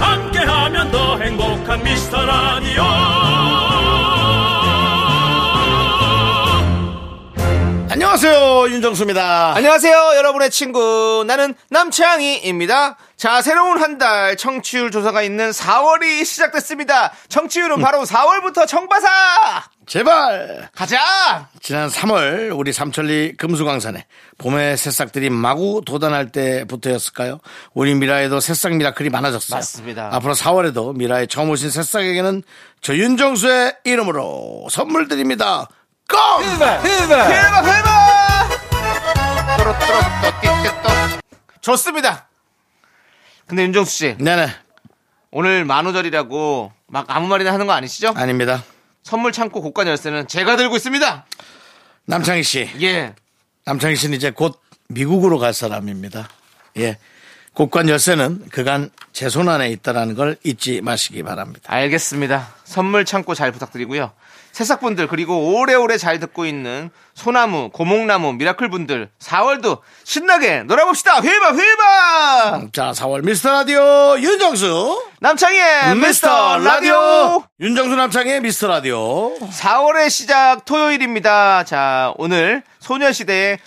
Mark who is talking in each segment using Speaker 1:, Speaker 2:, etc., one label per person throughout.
Speaker 1: 함께하면 더 행복한 미스터라디오
Speaker 2: 안녕하세요 윤정수입니다.
Speaker 3: 안녕하세요, 여러분의 친구. 나는 남창희입니다. 자, 새로운 한 달 청취율 조사가 있는 4월이 시작됐습니다. 청취율은 바로 4월부터 청바사!
Speaker 2: 음. 제발
Speaker 3: 가자!
Speaker 2: 지난 3월 우리 삼천리 금수강산에 봄의 새싹들이 마구 도단할 때부터였을까요? 우리 미라에도 새싹 미라클이 많아졌어요.
Speaker 3: 맞습니다.
Speaker 2: 앞으로 4월에도 미라에 처음 오신 새싹에게는 저 윤정수의 이름으로 선물 드립니다. 껌!
Speaker 3: 대박, 대박! 좋습니다. 근데 윤정수 씨,
Speaker 2: 네네
Speaker 3: 오늘 만우절이라고 막 아무 말이나 하는 거 아니시죠?
Speaker 2: 아닙니다.
Speaker 3: 선물 창고 고가 열쇠는 제가 들고 있습니다.
Speaker 2: 남창희 씨
Speaker 3: 예.
Speaker 2: 남창희 씨는 이제 곧 미국으로 갈 사람입니다. 예. 곳간 열쇠는 그간 제 손 안에 있다라는 걸 잊지 마시기 바랍니다.
Speaker 3: 알겠습니다. 선물 창고 잘 부탁드리고요. 새싹분들 그리고 오래오래 잘 듣고 있는 소나무, 고목나무, 미라클분들 4월도 신나게 놀아봅시다. 휘바 휘바!
Speaker 2: 자, 4월 미스터 라디오 윤정수
Speaker 3: 남창희의 네, 미스터 라디오
Speaker 2: 윤정수 남창의 미스터 라디오
Speaker 3: 4월의 시작 토요일입니다. 자, 오늘 소녀시대의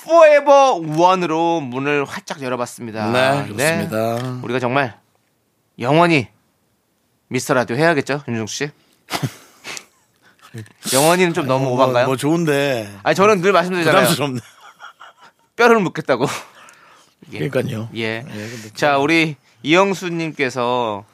Speaker 3: Forever One으로 문을 활짝 열어봤습니다.
Speaker 2: 네, 그렇습니다.
Speaker 3: 우리가 정말 영원히 미스터 라디오 해야겠죠, 윤종수 씨? 영원히는 좀 너무 오반가요?
Speaker 2: 뭐 좋은데
Speaker 3: 아니 저는 늘 말씀드리잖아요.
Speaker 2: 부담스럽네.
Speaker 3: 뼈를 묻겠다고. 예.
Speaker 2: 그러니까요.
Speaker 3: 예.
Speaker 2: 근데
Speaker 3: 자, 우리 이영수님께서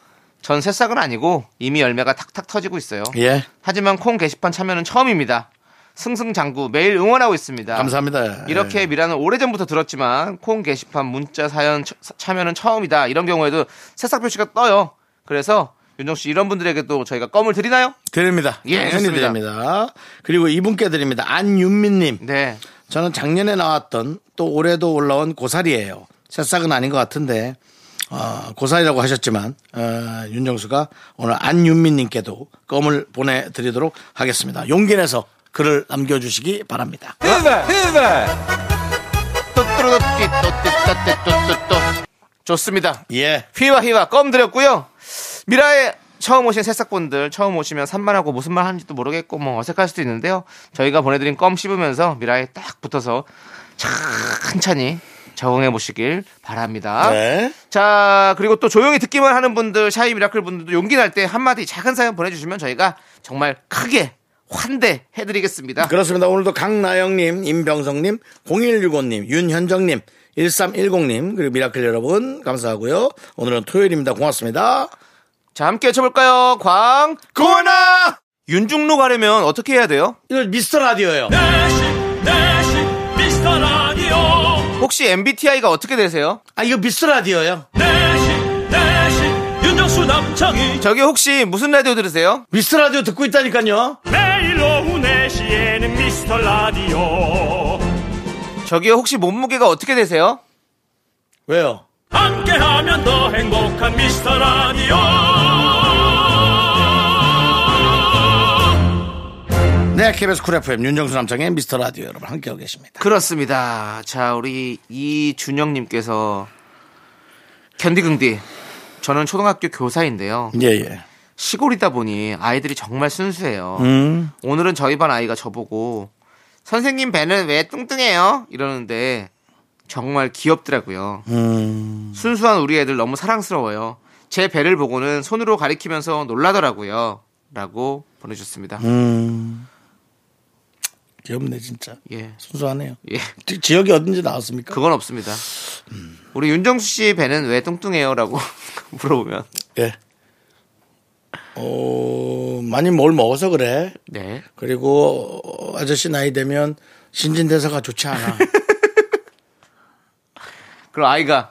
Speaker 3: 전 새싹은 아니고 이미 열매가 탁탁 터지고 있어요.
Speaker 2: 예.
Speaker 3: 하지만 콩 게시판 참여는 처음입니다. 승승장구 매일 응원하고 있습니다.
Speaker 2: 감사합니다. 예,
Speaker 3: 이렇게 미라는 오래전부터 들었지만 콩 게시판 문자 사연 처- 참여는 처음이다. 이런 경우에도 새싹 표시가 떠요. 그래서 윤정 씨 이런 분들에게도 저희가 껌을 드리나요?
Speaker 2: 드립니다.
Speaker 3: 예,
Speaker 2: 당연히
Speaker 3: 좋습니다.
Speaker 2: 드립니다. 그리고 이분께 드립니다. 안윤민님.
Speaker 3: 네.
Speaker 2: 저는 작년에 나왔던 또 올해도 올라온 고사리예요. 새싹은 아닌 것 같은데 어, 고사리라고 하셨지만 어, 윤정수가 오늘 안윤민님께도 껌을 보내드리도록 하겠습니다. 용기 내서 글을 남겨주시기 바랍니다.
Speaker 3: 좋습니다.
Speaker 2: 예.
Speaker 3: 휘와 휘와 껌 드렸고요. 미라에 처음 오신 새싹분들 처음 오시면 산만하고 무슨 말 하는지도 모르겠고 뭐 어색할 수도 있는데요. 저희가 보내드린 껌 씹으면서 미라에 딱 붙어서 천천히 적응해 보시길 바랍니다.
Speaker 2: 네.
Speaker 3: 자 그리고 또 조용히 듣기만 하는 분들 샤이 미라클 분들도 용기 날 때 한마디 작은 사연 보내주시면 저희가 정말 크게 환대해드리겠습니다.
Speaker 2: 그렇습니다. 오늘도 강나영님, 임병성님, 0165님, 윤현정님, 1310님, 그리고 미라클 여러분, 감사하고요. 오늘은 토요일입니다. 고맙습니다.
Speaker 3: 자 함께 외쳐볼까요? 광 고나 윤중로 가려면 어떻게 해야 돼요?
Speaker 2: 이거 미스터 라디오예요
Speaker 1: 내식 내식 미스터라디오
Speaker 3: 혹시 MBTI가 어떻게 되세요?
Speaker 2: 아, 이거 미스터 라디오예요
Speaker 1: 내식 내식 윤정수 남창희
Speaker 3: 저기 혹시 무슨 라디오 들으세요?
Speaker 2: 미스터 라디오 듣고 있다니까요.
Speaker 4: 매일 오후 4시에는 미스터 라디오
Speaker 3: 저기 혹시 몸무게가 어떻게 되세요?
Speaker 2: 왜요?
Speaker 1: 함께하면 더 행복한 미스터라디오
Speaker 2: 네, KBS 쿨 FM 윤정수 남창의 미스터 라디오 여러분 함께하고 계십니다.
Speaker 3: 그렇습니다. 자, 우리 이준영님께서 견디긍디. 저는 초등학교 교사인데요.
Speaker 2: 예, 예.
Speaker 3: 시골이다 보니 아이들이 정말 순수해요.
Speaker 2: 음,
Speaker 3: 오늘은 저희 반 아이가 저보고 선생님 배는 왜 뚱뚱해요? 이러는데 정말 귀엽더라고요.
Speaker 2: 음,
Speaker 3: 순수한 우리 애들 너무 사랑스러워요. 제 배를 보고는 손으로 가리키면서 놀라더라고요. 라고 보내주셨습니다.
Speaker 2: 음. 귀엽네, 진짜.
Speaker 3: 예.
Speaker 2: 순수하네요.
Speaker 3: 예.
Speaker 2: 지- 지역이 어딘지 나왔습니까?
Speaker 3: 그건 없습니다. 우리 윤정수 씨 배는 왜 뚱뚱해요? 라고 물어보면.
Speaker 2: 예. 어, 많이 뭘 먹어서 그래.
Speaker 3: 네.
Speaker 2: 그리고 어, 아저씨 나이 되면 신진대사가 좋지 않아.
Speaker 3: 그럼 아이가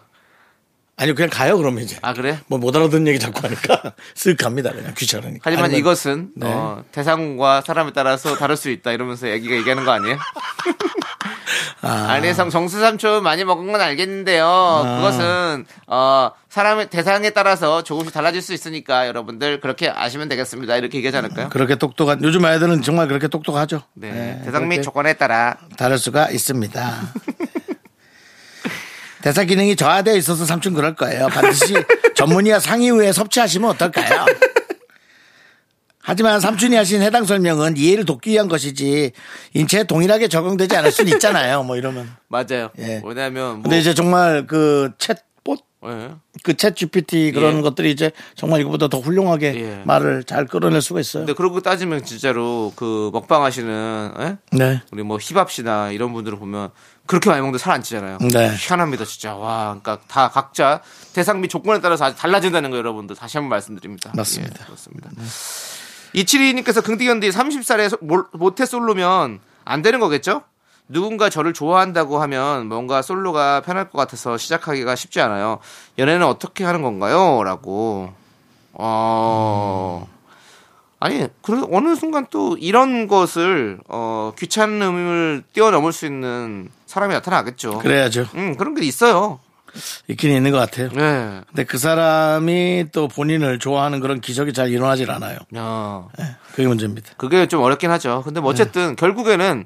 Speaker 2: 아니 그냥 가요 그러면 이제.
Speaker 3: 아, 그래?
Speaker 2: 뭐 못 알아듣는 얘기 자꾸 하니까 쓱 갑니다 그냥 귀찮으니까.
Speaker 3: 하지만
Speaker 2: 아니면-
Speaker 3: 이것은
Speaker 2: 네.
Speaker 3: 어, 대상과 사람에 따라서 다를 수 있다 이러면서 애기가 얘기하는 거 아니에요? 아. 니성 정수 삼촌 많이 먹은 건 알겠는데요.
Speaker 2: 아.
Speaker 3: 그것은 어, 사람의 대상에 따라서 조금씩 달라질 수 있으니까 여러분들 그렇게 아시면 되겠습니다. 이렇게 얘기하지 않을까요?
Speaker 2: 그렇게 똑똑한 요즘 아이들은 정말 그렇게 똑똑하죠.
Speaker 3: 네.
Speaker 2: 네,
Speaker 3: 대상 및
Speaker 2: 그렇게
Speaker 3: 조건에 따라
Speaker 2: 다를 수가 있습니다. 대사 기능이 저하되어 있어서 삼촌 그럴 거예요. 반드시 전문의와 상의후에 섭취하시면 어떨까요? 하지만 삼촌이 하신 해당 설명은 이해를 돕기 위한 것이지 인체에 동일하게 적용되지 않을 수는 있잖아요. 뭐 이러면.
Speaker 3: 맞아요.
Speaker 2: 예.
Speaker 3: 왜냐하면 뭐,
Speaker 2: 근데 이제 정말 그 챗봇
Speaker 3: 예.
Speaker 2: 그챗 GPT 그런
Speaker 3: 예.
Speaker 2: 것들이 이제 정말 이거보다 더 훌륭하게
Speaker 3: 예.
Speaker 2: 말을 잘 끌어낼 수가 있어요.
Speaker 3: 근데 그러고 따지면 진짜로 그 먹방 하시는 예?
Speaker 2: 네.
Speaker 3: 우리 뭐 힙합씨나 이런 분들을 보면 그렇게 많이 먹는데 살 안 찌잖아요.
Speaker 2: 네.
Speaker 3: 희한합니다, 진짜. 와, 그러니까 다 각자 대상 및 조건에 따라서 아주 달라진다는 거 여러분들 다시 한번 말씀드립니다.
Speaker 2: 맞습니다.
Speaker 3: 예, 그렇습니다. 이칠이님께서 긍디견디 30살에 모태 솔로면 안 되는 거겠죠? 누군가 저를 좋아한다고 하면 뭔가 솔로가 편할 것 같아서 시작하기가 쉽지 않아요. 연애는 어떻게 하는 건가요? 라고. 어. 아니, 그래서 어느 순간 또 이런 것을 어, 귀찮음을 뛰어넘을 수 있는 사람이 나타나겠죠.
Speaker 2: 그래야죠.
Speaker 3: 음, 그런 게 있어요.
Speaker 2: 있긴 있는 것 같아요.
Speaker 3: 네.
Speaker 2: 근데 그 사람이 또 본인을 좋아하는 그런 기적이 잘 일어나질 않아요. 예,
Speaker 3: 어,
Speaker 2: 그게 문제입니다.
Speaker 3: 그게 좀 어렵긴 하죠. 근데
Speaker 2: 네.
Speaker 3: 뭐 어쨌든 결국에는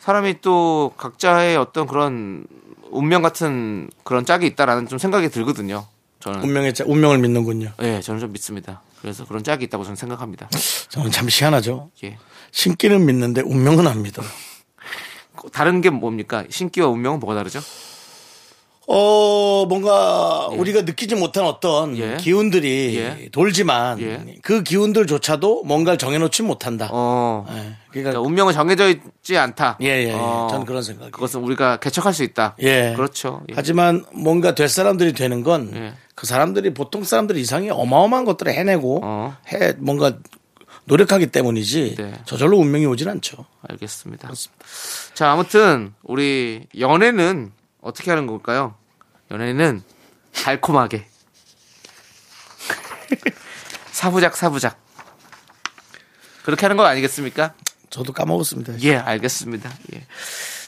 Speaker 3: 사람이 또 각자의 어떤 그런 운명 같은 그런 짝이 있다라는 좀 생각이 들거든요. 저는
Speaker 2: 운명의 자- 운명을 믿는군요.
Speaker 3: 예, 저는 좀 믿습니다. 그래서 그런 짝이 있다고 저는 생각합니다.
Speaker 2: 저는 참 희한하죠.
Speaker 3: 예.
Speaker 2: 신기는 믿는데 운명은 안 믿어요.
Speaker 3: 다른 게 뭡니까? 신기와 운명은 뭐가 다르죠?
Speaker 2: 어, 뭔가 우리가 느끼지 못한 어떤
Speaker 3: 예.
Speaker 2: 기운들이
Speaker 3: 예.
Speaker 2: 돌지만
Speaker 3: 예.
Speaker 2: 그 기운들조차도 뭔가를 정해놓지 못한다.
Speaker 3: 어.
Speaker 2: 예,
Speaker 3: 그러니까
Speaker 2: 그러니까
Speaker 3: 운명은 정해져 있지 않다.
Speaker 2: 예, 예, 예.
Speaker 3: 어,
Speaker 2: 전 그런 생각.
Speaker 3: 그것은 우리가 개척할 수 있다.
Speaker 2: 예.
Speaker 3: 그렇죠. 예.
Speaker 2: 하지만 뭔가 될 사람들이 되는 건
Speaker 3: 예.
Speaker 2: 그 사람들이 보통 사람들 이상이 어마어마한 것들을 해내고
Speaker 3: 어.
Speaker 2: 해 뭔가 노력하기 때문이지
Speaker 3: 네.
Speaker 2: 저절로 운명이 오진 않죠.
Speaker 3: 알겠습니다. 자, 아무튼 우리 연애는 어떻게 하는 걸까요? 연애는 달콤하게 사부작 사부작 그렇게 하는 거 아니겠습니까?
Speaker 2: 저도 까먹었습니다.
Speaker 3: 예, 알겠습니다. 예.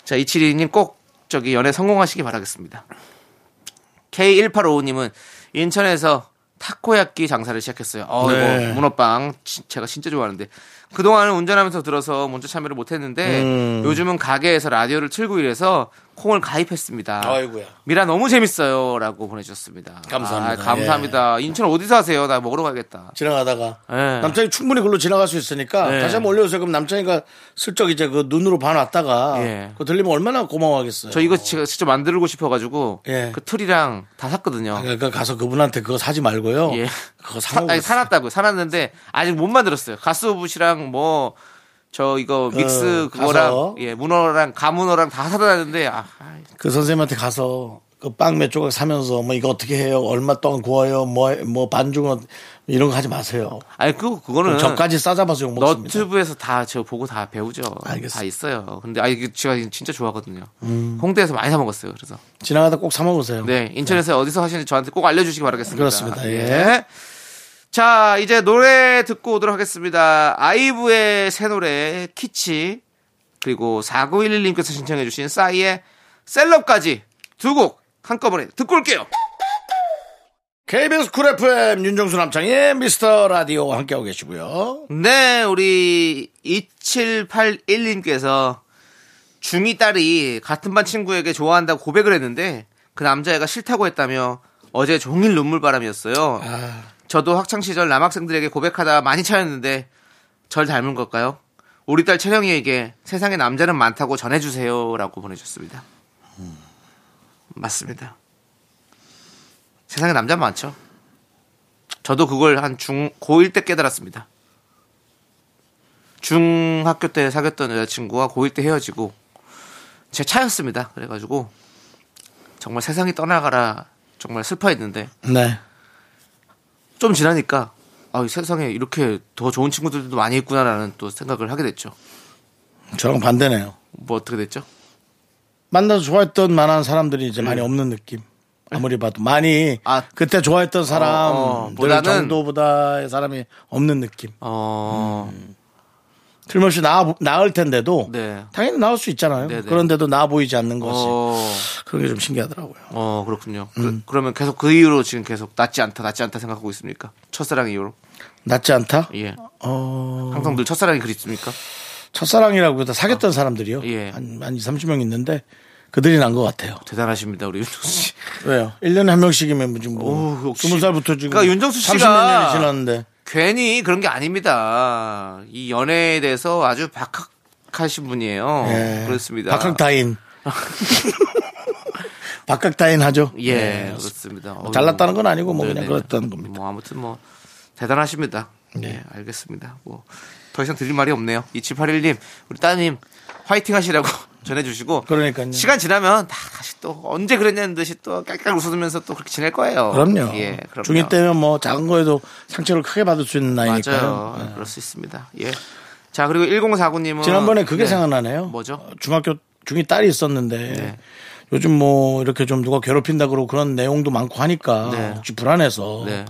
Speaker 3: 자, 이칠이님 꼭 저기 연애 성공하시기 바라겠습니다. K1855님은 인천에서 타코야끼 장사를 시작했어요. 어,
Speaker 2: 네.
Speaker 3: 이거 문어빵 진- 제가 진짜 좋아하는데 그동안은 운전하면서 들어서 먼저 참여를 못했는데
Speaker 2: 음.
Speaker 3: 요즘은 가게에서 라디오를 틀고 이래서 콩을 가입했습니다.
Speaker 2: 아이고야.
Speaker 3: 미라 너무 재밌어요라고 보내주셨습니다.
Speaker 2: 감사합니다. 네.
Speaker 3: 아, 감사합니다. 인천 어디서 하세요? 나 먹으러 가겠다.
Speaker 2: 지나가다가
Speaker 3: 예.
Speaker 2: 남창이 충분히 그걸로 지나갈 수 있으니까
Speaker 3: 예.
Speaker 2: 다시 한번 올려주세요. 그럼 남창이가 슬쩍 이제 그 눈으로 반왔다가
Speaker 3: 예.
Speaker 2: 그거 들리면 얼마나 고마워하겠어요.
Speaker 3: 저 이거 제가 직접 만들고 싶어가지고
Speaker 2: 예.
Speaker 3: 그 틀이랑 다 샀거든요.
Speaker 2: 그러니까 가서 그분한테 그거 사지 말고요.
Speaker 3: 예.
Speaker 2: 그거
Speaker 3: 사,
Speaker 2: 사고
Speaker 3: 아니, 사놨다고요. 사놨는데 아직 못 만들었어요. 가스오브시랑 뭐. 저 이거 믹스
Speaker 2: 어, 가서.
Speaker 3: 그거랑 예 문어랑 가문어랑 다 사다 놨는데 아, 아이,
Speaker 2: 그 선생님한테 가서 그 빵 몇 조각 사면서 뭐 이거 어떻게 해요? 얼마 동안 구워요? 뭐 뭐 반죽은 이런 거 하지 마세요.
Speaker 3: 아니 그 그거는
Speaker 2: 저까지 싸잡아서 욕 먹습니다.
Speaker 3: 너튜브에서 다 저 보고 다 배우죠.
Speaker 2: 알겠습니다. 음.
Speaker 3: 다 있어요. 근데 아 이게 제가 진짜 좋아하거든요. 홍대에서 많이 사 먹었어요. 그래서
Speaker 2: 지나가다 꼭 사 먹으세요.
Speaker 3: 네 인천에서 어디서 하시는지 저한테 꼭 알려주시기 바라겠습니다.
Speaker 2: 그렇습니다. 예.
Speaker 3: 자 이제 노래 듣고 오도록 하겠습니다. 아이브의 새 노래 키치 그리고 4911님께서 신청해 주신 싸이의 셀럽까지 두 곡 한꺼번에 듣고 올게요.
Speaker 2: KBS 쿨 FM 윤정수 남창의 미스터 라디오 함께하고 계시고요.
Speaker 3: 네 우리 2781님께서 중2 딸이 같은 반 친구에게 좋아한다고 고백을 했는데 그 남자애가 싫다고 했다며 어제 종일 눈물바람이었어요. 저도 학창 시절 남학생들에게 고백하다 많이 차였는데 절 닮은 걸까요? 우리 딸 채령이에게 세상에 남자는 많다고 전해주세요라고 보내줬습니다. 음, 맞습니다. 세상에 남자 많죠. 저도 그걸 한 중 고1 때 깨달았습니다. 중학교 때 사귀었던 여자친구와 고1 때 헤어지고 제 차였습니다. 그래가지고 정말 세상이 떠나가라 정말 슬퍼했는데
Speaker 2: 네.
Speaker 3: 좀 지나니까 아, 이 세상에 이렇게 더 좋은 친구들도 많이 있구나라는 또 생각을 하게 됐죠.
Speaker 2: 저랑 반대네요.
Speaker 3: 뭐 어떻게 됐죠?
Speaker 2: 만나서 좋아했던 만한 사람들이 이제 많이 없는 느낌. 아무리 봐도 많이
Speaker 3: 음. 아.
Speaker 2: 그때 좋아했던 사람
Speaker 3: 어, 어,
Speaker 2: 들
Speaker 3: 보다는-
Speaker 2: 정도보다의 사람이 없는 느낌.
Speaker 3: 어,
Speaker 2: 틀림없이 나 나을 텐데도
Speaker 3: 네.
Speaker 2: 당연히 나올 수 있잖아요.
Speaker 3: 네, 네.
Speaker 2: 그런데도 나 보이지 않는 것이
Speaker 3: 어,
Speaker 2: 그런 게 좀 신기하더라고요.
Speaker 3: 어, 그렇군요. 그, 러면 계속 그 이후로 지금 계속 낫지 않다, 낫지 않다 생각하고 있습니까? 첫사랑 이후로.
Speaker 2: 낫지 않다?
Speaker 3: 예.
Speaker 2: 어,
Speaker 3: 항상 늘 첫사랑이 그립습니까?
Speaker 2: 첫사랑이라고 해서 사귀었던 사람들이요.
Speaker 3: 예.
Speaker 2: 한, 한 2, 30명 있는데 그들이 난 것 같아요.
Speaker 3: 대단하십니다, 우리 윤정수 씨.
Speaker 2: 왜요? 1년에 한 명씩이면 지금
Speaker 3: 오,
Speaker 2: 뭐
Speaker 3: 역시.
Speaker 2: 20살부터 지금
Speaker 3: 그러니까 윤정수 씨가
Speaker 2: 30년이 지났는데
Speaker 3: 괜히 그런 게 아닙니다. 이 연애에 대해서 아주 박학하신 분이에요.
Speaker 2: 예.
Speaker 3: 어, 그렇습니다.
Speaker 2: 박학다인. 박학다인 하죠.
Speaker 3: 예,
Speaker 2: 네.
Speaker 3: 그렇습니다.
Speaker 2: 뭐 잘났다는 건 아니고 뭐
Speaker 3: 네네.
Speaker 2: 그냥 그렇다는 네. 겁니다.
Speaker 3: 뭐 아무튼 뭐 대단하십니다. 예, 알겠습니다. 뭐 더 이상 드릴 말이 없네요. 2781님, 우리 따님 화이팅 하시라고 전해주시고
Speaker 2: 그러니까요.
Speaker 3: 시간 지나면 다 다시 또 언제 그랬냐는 듯이 또 깔깔 웃으면서 또 그렇게 지낼 거예요.
Speaker 2: 그럼요.
Speaker 3: 예, 그럼요.
Speaker 2: 중2 때면 뭐 작은 거에도 상처를 크게 받을 수 있는
Speaker 3: 맞아요.
Speaker 2: 나이니까요. 예.
Speaker 3: 그럴 수 있습니다. 예. 자 그리고 1049님은
Speaker 2: 지난번에 그게 생각나네요.
Speaker 3: 뭐죠? 네.
Speaker 2: 어, 중학교 중이 딸이 있었는데 요즘 뭐 이렇게 좀 누가 괴롭힌다 그러고 그런 내용도 많고 하니까
Speaker 3: 네.
Speaker 2: 혹시 불안해서
Speaker 3: 네.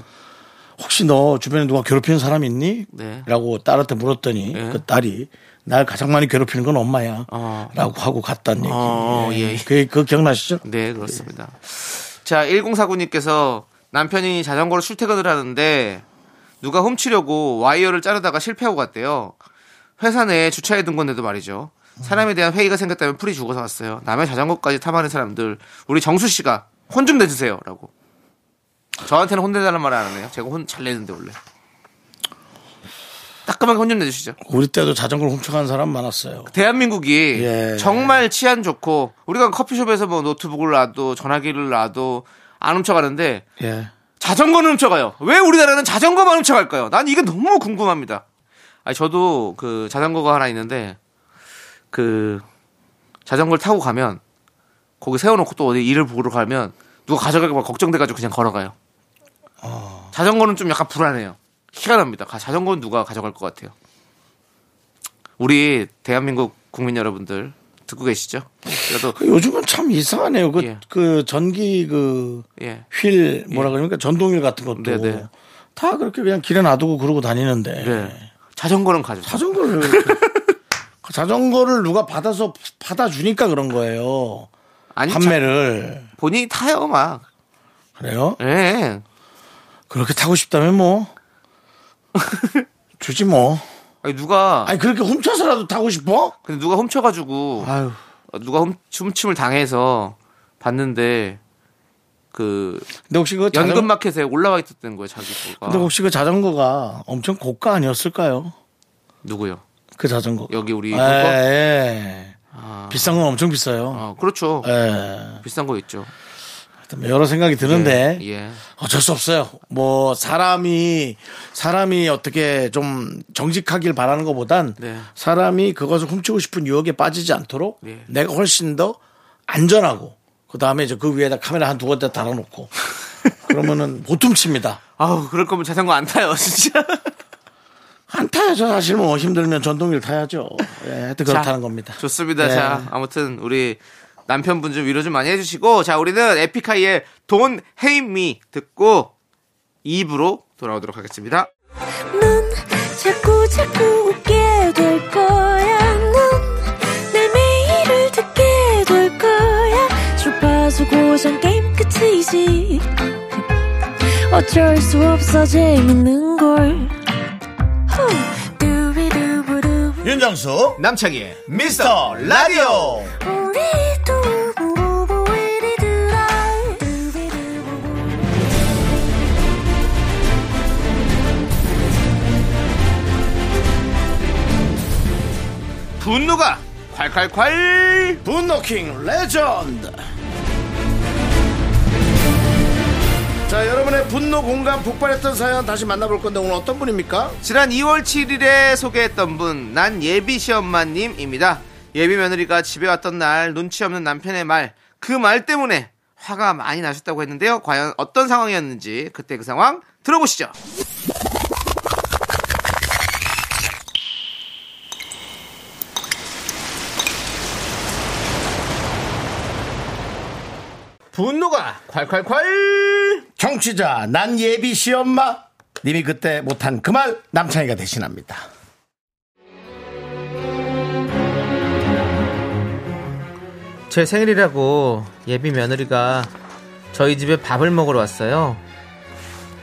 Speaker 2: 혹시 너 주변에 누가 괴롭히는 사람 있니?
Speaker 3: 네.
Speaker 2: 라고 딸한테 물었더니
Speaker 3: 네.
Speaker 2: 그 딸이 날 가장 많이 괴롭히는 건 엄마야.
Speaker 3: 어.
Speaker 2: 라고 하고 갔단 얘기.
Speaker 3: 어, 예.
Speaker 2: 그, 그 기억나시죠?
Speaker 3: 네, 그렇습니다. 자, 1049님께서 남편이 자전거로 출퇴근을 하는데 누가 훔치려고 와이어를 자르다가 실패하고 갔대요. 회사 내에 주차해 둔 건데도 말이죠. 사람에 대한 회의가 생겼다면 풀이 죽어서 왔어요. 남의 자전거까지 탐하는 사람들, 우리 정수 씨가 혼 좀 내주세요. 라고. 저한테는 혼내달라는 말 안 하네요. 제가 혼 잘 내는데, 원래. 따끔하게 혼 좀 내주시죠.
Speaker 2: 우리 때도 자전거를 훔쳐간 사람 많았어요.
Speaker 3: 대한민국이
Speaker 2: 예.
Speaker 3: 정말 치안 좋고 우리가 커피숍에서 뭐 노트북을 놔도 전화기를 놔도 안 훔쳐가는데
Speaker 2: 예.
Speaker 3: 자전거는 훔쳐가요. 왜 우리나라는 자전거만 훔쳐갈까요? 난 이게 너무 궁금합니다. 아니 저도 그 자전거가 하나 있는데 그 자전거를 타고 가면 거기 세워놓고 또 어디 일을 보러 가면 누가 가져갈까 봐 걱정돼가지고 그냥 걸어가요.
Speaker 2: 아.
Speaker 3: 자전거는 좀 약간 불안해요. 희가 납니다. 가- 자전거는 누가 가져갈 것 같아요. 우리 대한민국 국민 여러분들 듣고 계시죠? 그래도
Speaker 2: 그 요즘은 참 이상하네요. 그,
Speaker 3: 예.
Speaker 2: 그 전기 그
Speaker 3: 예.
Speaker 2: 휠 뭐라 그러니까 전동휠 같은 것도
Speaker 3: 네, 네.
Speaker 2: 다 그렇게 그냥 길에 놔두고 그러고 다니는데
Speaker 3: 네. 자전거는 가져.
Speaker 2: 자전거를 왜 이렇게- 그 자전거를 누가 받아서 받아주니까 그런 거예요.
Speaker 3: 아니 자-
Speaker 2: 판매를
Speaker 3: 본인이 타요 막.
Speaker 2: 그래요?
Speaker 3: 예.
Speaker 2: 그렇게 타고 싶다면 뭐 주지 뭐.
Speaker 3: 아니 누가
Speaker 2: 아니 그렇게 훔쳐서라도 타고 싶어?
Speaker 3: 근데 누가 훔쳐가지고
Speaker 2: 아유
Speaker 3: 어, 누가 훔, 훔침을 당해서 봤는데 그
Speaker 2: 근데 혹시 그 자전-
Speaker 3: 연금 마켓에 올라와 있었던 거예요 자기 거가
Speaker 2: 근데 혹시 그 자전거가 엄청 고가 아니었을까요?
Speaker 3: 누구요?
Speaker 2: 그 자전거
Speaker 3: 여기 우리
Speaker 2: 예,
Speaker 3: 거? 아.
Speaker 2: 예. 비싼 건 엄청 비싸요.
Speaker 3: 어, 그렇죠
Speaker 2: 예.
Speaker 3: 비싼 거 있죠.
Speaker 2: 여러 생각이 드는데
Speaker 3: 예.
Speaker 2: 어쩔 수 없어요. 뭐 사람이 사람이 어떻게 좀 정직하길 바라는 것보단
Speaker 3: 네.
Speaker 2: 사람이 그것을 훔치고 싶은 유혹에 빠지지 않도록
Speaker 3: 예.
Speaker 2: 내가 훨씬 더 안전하고 그 다음에 이제 그 위에다 카메라 한 두 군데 달아놓고 그러면은 못 훔칩니다.
Speaker 3: 아우 그럴 거면 자전거 안 타요 진짜.
Speaker 2: 안 타야죠. 사실 뭐 힘들면 전동기를 타야죠. 예, 하여튼 그렇다는
Speaker 3: 자,
Speaker 2: 겁니다.
Speaker 3: 좋습니다.
Speaker 2: 예.
Speaker 3: 자, 아무튼 우리 남편분 좀 위로 좀 많이 해주시고, 자, 우리는 에픽하이의 돈 헤이미 듣고 2부로 돌아오도록 하겠습니다.
Speaker 5: 넌 자꾸 자꾸 웃게 될 거야. 넌내 매일을 듣게 될 거야. 주파수 고정 게임 끝이지. 어쩔 수 없어 재밌는 걸. 후. 두비두부두.
Speaker 2: 윤정수
Speaker 3: 남창희의 미스터 라디오!
Speaker 5: 우리 두부부부 우리 두라. 두비두부부.
Speaker 3: 분노가 콸콸콸!
Speaker 2: 분노킹 레전드 자 여러분의 분노 공감 폭발했던 사연 다시 만나볼 건데 오늘 어떤 분입니까?
Speaker 3: 지난 2월 7일에 소개했던 분, 난 예비 시엄마님입니다. 예비 며느리가 집에 왔던 날 눈치 없는 남편의 말, 그 말 때문에 화가 많이 나셨다고 했는데요. 과연 어떤 상황이었는지 그때 그 상황 들어보시죠. 분노가 콸콸콸!
Speaker 2: 정취자 난 예비 시엄마 님이 그때 못한 그 말 남창희가 대신합니다.
Speaker 3: 제 생일이라고 예비 며느리가 저희 집에 밥을 먹으러 왔어요.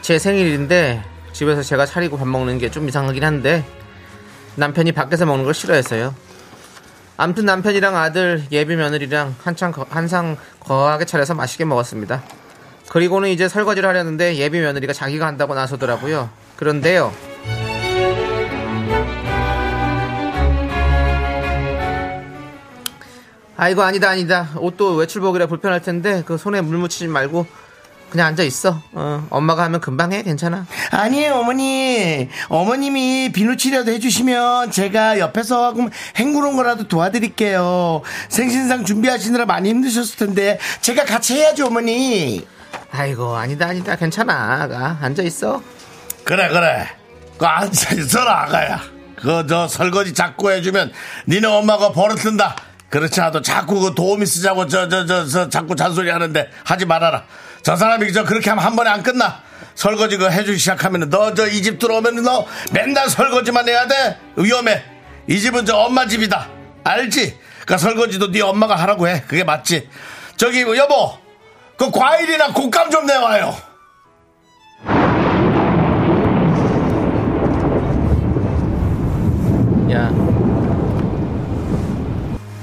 Speaker 3: 제 생일인데 집에서 제가 차리고 밥 먹는 게 좀 이상하긴 한데 남편이 밖에서 먹는 걸 싫어해서요. 암튼 남편이랑 아들 예비 며느리랑 한창 거, 한상 거하게 차려서 맛있게 먹었습니다. 그리고는 이제 설거지를 하려는데 예비 며느리가 자기가 한다고 나서더라고요. 그런데요. 아이고 아니다 아니다 옷도 외출복이라 불편할 텐데 그 손에 물 묻히지 말고 그냥 앉아 있어 어, 엄마가 하면 금방 해 괜찮아
Speaker 2: 아니에요, 어머니. 어머님이 비누칠이라도 해주시면 제가 옆에서 하고 헹구는 거라도 도와드릴게요. 생신상 준비하시느라 많이 힘드셨을 텐데 제가 같이 해야죠, 어머니.
Speaker 3: 아이고 아니다 아니다 괜찮아 아가 앉아 있어
Speaker 2: 그래, 그래. 그 앉아있어라, 아가야. 그 저 설거지 자꾸 해주면 니네 엄마가 버릇든다. 그렇지 않아도 자꾸 그 도움이 쓰자고 저 저 저 저 자꾸 잔소리 하는데 하지 말아라. 저 사람이 저 그렇게 하면 한 번에 안 끝나. 설거지 그 해주기 시작하면 너 저 이 집 들어오면 너 맨날 설거지만 해야 돼. 위험해. 이 집은 저 엄마 집이다. 알지? 그러니까 설거지도 네 엄마가 하라고 해. 그게 맞지. 저기 여보, 그 과일이나 곶감 좀 내와요.
Speaker 3: 야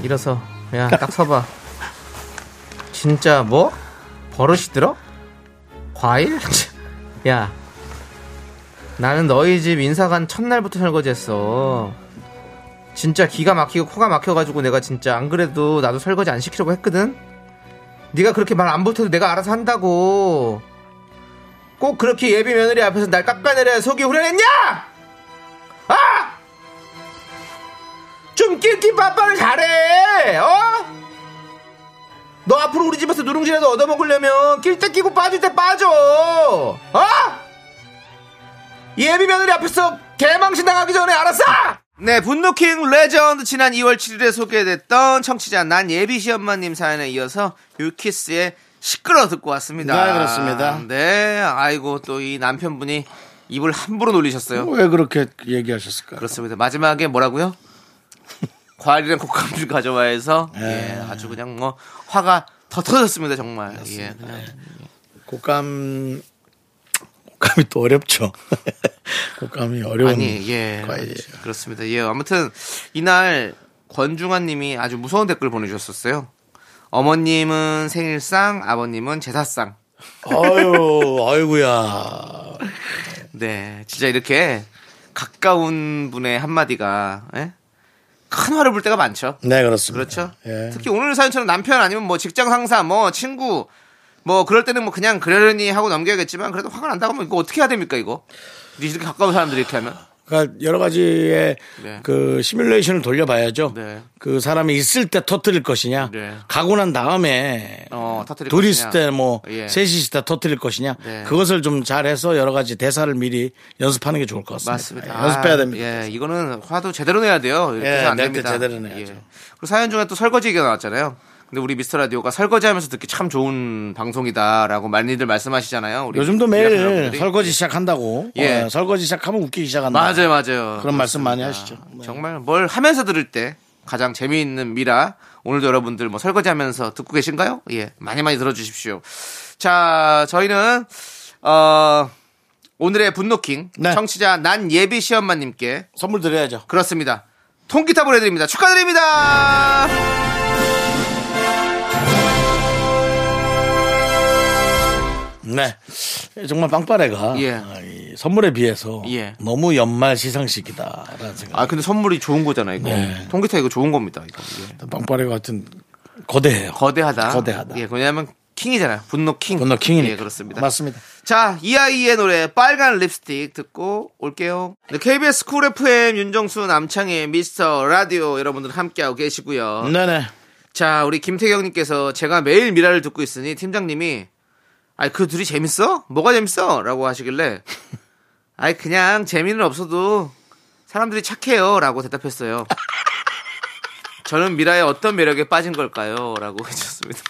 Speaker 3: 일어서 야 딱 서봐 진짜 뭐 버릇이 들어 과일 야 나는 너희 집 인사간 첫날부터 설거지했어 진짜 기가 막히고 코가 막혀가지고 내가 진짜 안 그래도 나도 설거지 안 시키려고 했거든 네가 그렇게 말 안 붙어도 내가 알아서 한다고 꼭 그렇게 예비 며느리 앞에서 날 깎아내려 속이 후련했냐 아! 좀 낄낄빠빠를 잘해 어? 너 앞으로 우리 집에서 누룽지라도 얻어먹으려면 낄 때 끼고 빠질 때 빠져 어? 예비 며느리 앞에서 개망신 당하기 전에 알았어 네 분노킹 레전드 지난 2월 7일에 소개됐던 청취자 난 예비 시엄마님 사연에 이어서 유키스의 시끄러 듣고 왔습니다
Speaker 2: 네, 그렇습니다.
Speaker 3: 네 아이고 또 이 남편분이 입을 함부로 놀리셨어요
Speaker 2: 왜 그렇게 얘기하셨을까?
Speaker 3: 그렇습니다. 마지막에 뭐라고요? 과일이랑 곶감을 가져와 해서 예, 아주 그냥 뭐 화가 더 터졌습니다 정말. 예, 그냥
Speaker 2: 곶감 곶감이 또 어렵죠. 곶감이 어려운
Speaker 3: 아니 예
Speaker 2: 과일이에요.
Speaker 3: 그렇습니다. 예 아무튼 이날 권중환님이 아주 무서운 댓글 보내주셨었어요. 어머님은 생일상, 아버님은 제사상.
Speaker 2: 아유, 아이구야.
Speaker 3: 네, 진짜 이렇게 가까운 분의 한마디가 예? 큰 화를 볼 때가 많죠.
Speaker 2: 네, 그렇습니다.
Speaker 3: 그렇죠.
Speaker 2: 예.
Speaker 3: 특히 오늘 사연처럼 남편 아니면 뭐 직장 상사, 뭐 친구, 뭐 그럴 때는 뭐 그냥 그러려니 하고 넘겨야겠지만 그래도 화가 난다고 하면 이거 어떻게 해야 됩니까 이거? 이렇게 가까운 사람들이 이렇게 하면
Speaker 2: 그러니까 여러 가지의
Speaker 3: 네.
Speaker 2: 그 시뮬레이션을 돌려봐야죠.
Speaker 3: 네.
Speaker 2: 그 사람이 있을 때 터뜨릴 것이냐,
Speaker 3: 네.
Speaker 2: 가고 난 다음에
Speaker 3: 어, 터뜨릴
Speaker 2: 둘이
Speaker 3: 것이냐.
Speaker 2: 있을 때 뭐
Speaker 3: 예.
Speaker 2: 셋이 있을 때 터뜨릴 것이냐,
Speaker 3: 네.
Speaker 2: 그것을 좀 잘해서 여러 가지 대사를 미리 연습하는 게 좋을 것 같습니다.
Speaker 3: 맞습니다.
Speaker 2: 예, 연습해야
Speaker 3: 아,
Speaker 2: 됩니다.
Speaker 3: 예, 이거는 화도 제대로 내야 돼요. 이렇게
Speaker 2: 예,
Speaker 3: 해서 안
Speaker 2: 낼때
Speaker 3: 됩니다. 예.
Speaker 2: 제대로 내야죠.
Speaker 3: 그리고 사연 중에 또 설거지 얘기가 나왔잖아요. 근데 우리 미스터 라디오가 설거지하면서 듣기 참 좋은 방송이다라고 많이들 말씀하시잖아요. 우리
Speaker 2: 요즘도 매일
Speaker 3: 미라클럽분들이.
Speaker 2: 설거지 시작한다고,
Speaker 3: 예.
Speaker 2: 어, 설거지 시작하면 웃기기 시작한다.
Speaker 3: 맞아요, 맞아요.
Speaker 2: 그런 말씀 많이 하시죠. 네.
Speaker 3: 정말 뭘 하면서 들을 때 가장 재미있는 미라 오늘도 여러분들 뭐 설거지하면서 듣고 계신가요? 예 많이 많이 들어주십시오. 자 저희는 어, 오늘의 분노킹
Speaker 2: 네.
Speaker 3: 청취자 난 예비 시엄마님께
Speaker 2: 선물 드려야죠.
Speaker 3: 그렇습니다 통기타 보내드립니다 축하드립니다.
Speaker 2: 네. 정말 빵빠레가
Speaker 3: 예.
Speaker 2: 아, 이 선물에 비해서
Speaker 3: 예.
Speaker 2: 너무 연말 시상식이다라는 생각.
Speaker 3: 아 근데 선물이 좋은 거잖아요 이거 통기타 이거 좋은 겁니다 이거 예.
Speaker 2: 빵빠레가 하여튼 거대해요.
Speaker 3: 거대하다
Speaker 2: 거대하다.
Speaker 3: 예 왜냐하면 킹이잖아요 분노킹
Speaker 2: 건너킹이니
Speaker 3: 예 그렇습니다
Speaker 2: 맞습니다.
Speaker 3: 자, 이아이의 노래 빨간 립스틱 듣고 올게요. 네, KBS 쿨 FM 윤정수 남창의 미스터 라디오 여러분들 함께하고 계시고요.
Speaker 2: 네네.
Speaker 3: 자, 우리 김태경님께서 제가 매일 미라를 듣고 있으니 팀장님이 아이 그 둘이 재밌어? 뭐가 재밌어? 라고 하시길래 아이 그냥 재미는 없어도 사람들이 착해요 라고 대답했어요. 저는 미라의 어떤 매력에 빠진 걸까요? 라고 해주셨습니다.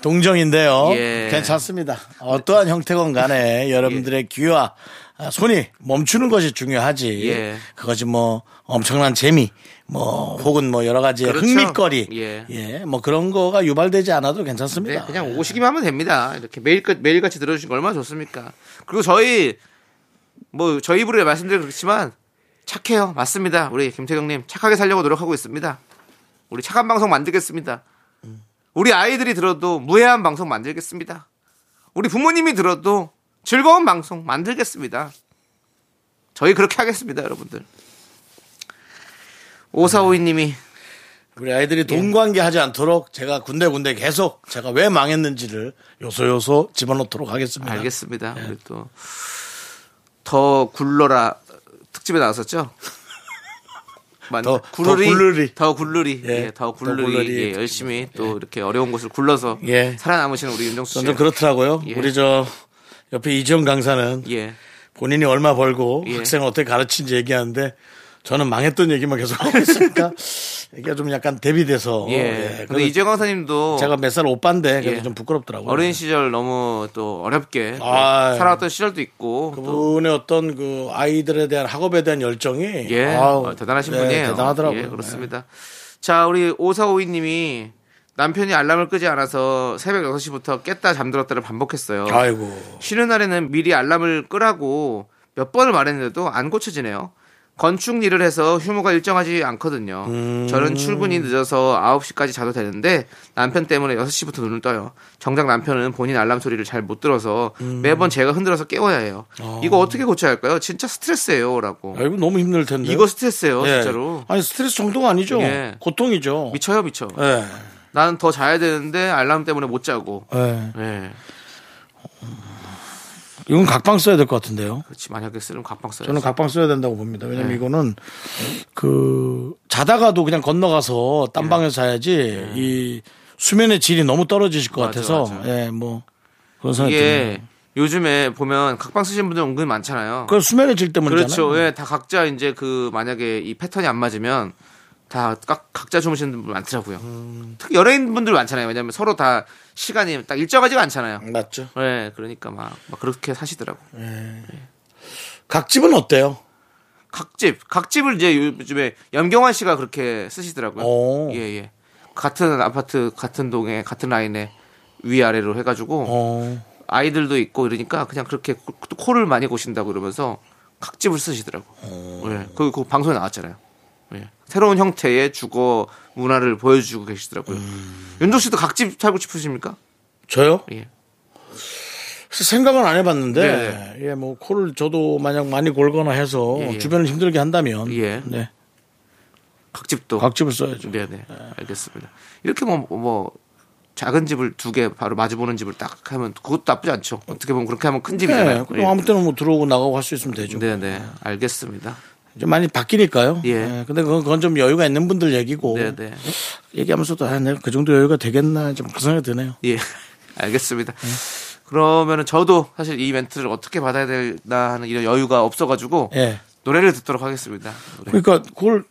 Speaker 2: 동정인데요.
Speaker 3: 예.
Speaker 2: 괜찮습니다. 어떠한 형태건 간에 여러분들의 귀와 아, 손이 멈추는 것이 중요하지.
Speaker 3: 예.
Speaker 2: 그것이 뭐 엄청난 재미, 뭐 혹은 뭐 여러 가지
Speaker 3: 그렇죠.
Speaker 2: 흥미거리,
Speaker 3: 예.
Speaker 2: 예, 뭐 그런 거가 유발되지 않아도 괜찮습니다.
Speaker 3: 네, 그냥 오시기만 하면 됩니다. 이렇게 매일 매일 같이 들어주신 거 얼마나 좋습니까? 그리고 저희 뭐 저희 입으로 말씀드려 그렇지만 착해요. 맞습니다. 우리 김태경님 착하게 살려고 노력하고 있습니다. 우리 착한 방송 만들겠습니다. 우리 아이들이 들어도 무해한 방송 만들겠습니다. 우리 부모님이 들어도 즐거운 방송 만들겠습니다. 저희 그렇게 하겠습니다, 여러분들. 오사오이님이
Speaker 2: 우리
Speaker 3: 예.
Speaker 2: 아이들이 돈 관계하지 않도록 제가 군데군데 계속 제가 왜 망했는지를 요소요소 집어넣도록 하겠습니다. 네.
Speaker 3: 알겠습니다. 우리 또 더 굴러라 특집에 나왔었죠. 맞나?
Speaker 2: 더- 더 굴러리.
Speaker 3: 더 굴러리,
Speaker 2: 예,
Speaker 3: 예, 더
Speaker 2: 더
Speaker 3: 굴러리,
Speaker 2: 굴러리.
Speaker 3: 예, 열심히 또 이렇게 어려운 곳을 굴러서
Speaker 2: 예.
Speaker 3: 살아남으시는 우리 윤정수 씨.
Speaker 2: 저는 그렇더라고요.
Speaker 3: 예.
Speaker 2: 우리 저 옆에 이지영 강사는
Speaker 3: 예,
Speaker 2: 본인이 얼마 벌고
Speaker 3: 예.
Speaker 2: 학생을 어떻게 가르친지 얘기하는데 저는 망했던 얘기만 계속 하고 있으니까 얘기가 좀 약간 대비돼서
Speaker 3: 예.
Speaker 2: 예.
Speaker 3: 근데
Speaker 2: 그래서
Speaker 3: 이재 강사님도
Speaker 2: 제가 몇 살 오빠인데 그래도
Speaker 3: 예.
Speaker 2: 좀 부끄럽더라고요.
Speaker 3: 어린 시절 너무 또 어렵게 또
Speaker 2: 아유.
Speaker 3: 살아왔던 시절도 있고 또
Speaker 2: 그분의 어떤 그 아이들에 대한 학업에 대한 열정이
Speaker 3: 예,
Speaker 2: 아우,
Speaker 3: 어, 대단하신
Speaker 2: 네,
Speaker 3: 분이에요.
Speaker 2: 대단하더라고요. 네.
Speaker 3: 예, 그렇습니다. 자, 우리 5452님이 남편이 알람을 끄지 않아서 새벽 6시부터 깼다 잠들었다를 반복했어요.
Speaker 2: 예. 아이고
Speaker 3: 쉬는 날에는 미리 알람을 끄라고 몇 번을 말했는데도 안 고쳐지네요. 건축 일을 해서 휴무가 일정하지 않거든요.
Speaker 2: 음.
Speaker 3: 저는 출근이 늦어서 9시까지 자도 되는데 남편 때문에 6시부터 눈을 떠요. 정작 남편은 본인 알람 소리를 잘 못 들어서
Speaker 2: 음.
Speaker 3: 매번 제가 흔들어서 깨워야 해요. 이거 어떻게 고쳐야 할까요? 진짜 스트레스예요. 라고.
Speaker 2: 아이고 너무 힘들 텐데.
Speaker 3: 이거 스트레스예요.
Speaker 2: 예.
Speaker 3: 진짜로.
Speaker 2: 아니 스트레스 정도가 아니죠.
Speaker 3: 예.
Speaker 2: 고통이죠.
Speaker 3: 미쳐요. 미쳐.
Speaker 2: 예.
Speaker 3: 나는 더 자야 되는데 알람 때문에 못 자고.
Speaker 2: 예.
Speaker 3: 예.
Speaker 2: 이건 각방 써야 될 것 같은데요.
Speaker 3: 그렇지. 만약에 쓰면 각방 써요.
Speaker 2: 저는 각방 써야 된다고 봅니다. 왜냐면
Speaker 3: 네.
Speaker 2: 이거는 그 자다가도 그냥 건너가서
Speaker 3: 예.
Speaker 2: 딴 방에서 자야지 이 수면의 질이 너무 떨어지실 것
Speaker 3: 맞아,
Speaker 2: 같아서
Speaker 3: 맞아.
Speaker 2: 예, 뭐 그런 생각이
Speaker 3: 이게
Speaker 2: 듭니다.
Speaker 3: 요즘에 보면 각방 쓰신 분들 은근 많잖아요.
Speaker 2: 그 수면의 질 때문이잖아요.
Speaker 3: 그렇죠. 예, 다 각자 이제 그 만약에 이 패턴이 안 맞으면 다 각, 각자 주무시는 분들 많더라고요.
Speaker 2: 음.
Speaker 3: 특히 연예인 분들 많잖아요. 왜냐면 서로 다 시간이 딱 일정하지가 않잖아요.
Speaker 2: 맞죠.
Speaker 3: 예, 그러니까 막, 막 그렇게 사시더라고.
Speaker 2: 각 집은 어때요?
Speaker 3: 각집, 각집을 이제 요즘에 염경환 씨가 그렇게 쓰시더라고요.
Speaker 2: 오.
Speaker 3: 예, 예. 같은 아파트, 같은 동에, 같은 라인에 위아래로 해가지고
Speaker 2: 어.
Speaker 3: 아이들도 있고 이러니까 그냥 그렇게 코- 코를 많이 고신다고 이러면서 각집을 쓰시더라고. 예. 그, 그 방송에 나왔잖아요. 예. 새로운 형태의 주거 문화를 보여주고 계시더라고요. 윤종 씨도 각집 살고 싶으십니까?
Speaker 2: 저요?
Speaker 3: 예.
Speaker 2: 사실 생각은 안 해봤는데
Speaker 3: 네.
Speaker 2: 예, 뭐 코를 저도 만약 많이 골거나 해서
Speaker 3: 예, 예.
Speaker 2: 주변을 힘들게 한다면
Speaker 3: 예.
Speaker 2: 네,
Speaker 3: 각집도.
Speaker 2: 각 집을 써야죠. 예,
Speaker 3: 네네. 알겠습니다. 이렇게 뭐, 뭐, 작은 집을 두 개 바로 마주보는 집을 딱 하면 그것도 나쁘지 않죠. 어떻게 보면 그렇게 하면 큰
Speaker 2: 네,
Speaker 3: 집이잖아요. 예.
Speaker 2: 그럼 아무 때나 뭐 들어오고 나가고 할 수 있으면 되죠.
Speaker 3: 네네. 알겠습니다.
Speaker 2: 좀 많이 바뀌니까요.
Speaker 3: 예.
Speaker 2: 예, 근데 그건, 그건 좀 여유가 있는 분들 얘기고
Speaker 3: 네네.
Speaker 2: 얘기하면서도 아, 내가 그 정도 여유가 되겠나 좀 그 생각이 드네요.
Speaker 3: 예, 알겠습니다.
Speaker 2: 네.
Speaker 3: 그러면은 저도 사실 이 멘트를 어떻게 받아야 되나 하는 이런 여유가 없어가지고
Speaker 2: 예.
Speaker 3: 노래를 듣도록 하겠습니다. 노래.
Speaker 2: 그러니까 그걸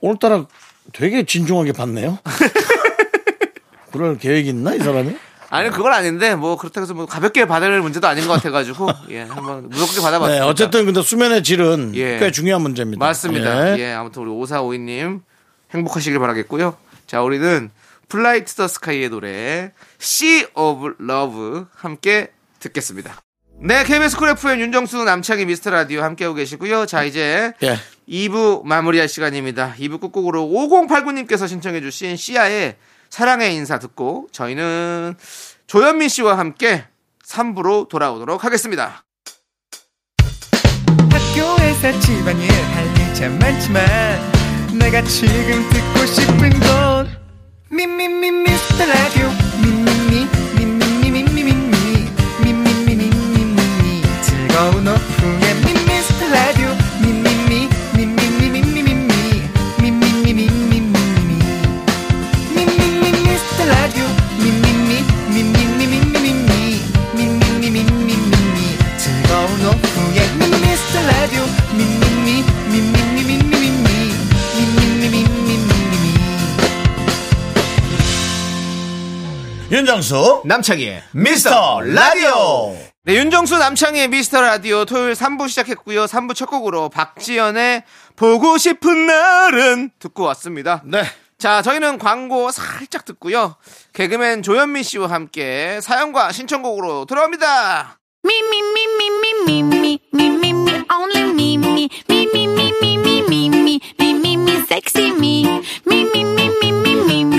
Speaker 2: 오늘따라 되게 진중하게 봤네요. 그럴 계획이 있나 이 네, 사람이?
Speaker 3: 아니 그건 아닌데 뭐 그렇다고 해서 뭐 가볍게 받을 문제도 아닌 것 같아가지고 예 한번 무섭게
Speaker 2: 네,
Speaker 3: 받아봤습니다.
Speaker 2: 어쨌든 근데 수면의 질은
Speaker 3: 예.
Speaker 2: 꽤 중요한 문제입니다.
Speaker 3: 맞습니다.
Speaker 2: 예.
Speaker 3: 예, 아무튼 우리 오사오이님 행복하시길 바라겠고요. 자, 우리는 플라이 투 더 스카이의 노래 Sea of Love 함께 듣겠습니다. 네, KBS 쿨 FM 윤정수 남창희 미스터 라디오 함께하고 계시고요. 자, 이제
Speaker 2: 예.
Speaker 3: 2부 마무리할 시간입니다. 2부 끝곡으로 5089님께서 신청해주신 시아의 사랑의 인사 듣고 저희는 조현민 씨와 함께 3부로 돌아오도록 하겠습니다.
Speaker 6: 학교에서 집안일 할 일 참 많지만 내가 지금 듣고 싶은 건 미미미 미스터 라디오 미미미 미미미 미미미 미미미 미미미 즐거운 오후에 미미스터 라디오 미미미 미미미 미미미 미미미 미미미
Speaker 7: 윤정수
Speaker 3: 남창희의
Speaker 7: 미스터 라디오
Speaker 3: 네, 윤정수 남창희의 미스터 라디오 토요일 3부 시작했고요. 3부 첫 곡으로 박지연의 보고 싶은 날은 듣고 왔습니다.
Speaker 2: 네.
Speaker 3: 자, 저희는 광고 살짝 듣고요. 개그맨 조현민 씨와 함께 사연과 신청곡으로 들어옵니다.
Speaker 5: Me, me, me, me, me, me, me, me, me, me, only me, me, me, me, me, me, me, me, me, me, me, me, sexy me, me, me, me, me, me, me, me,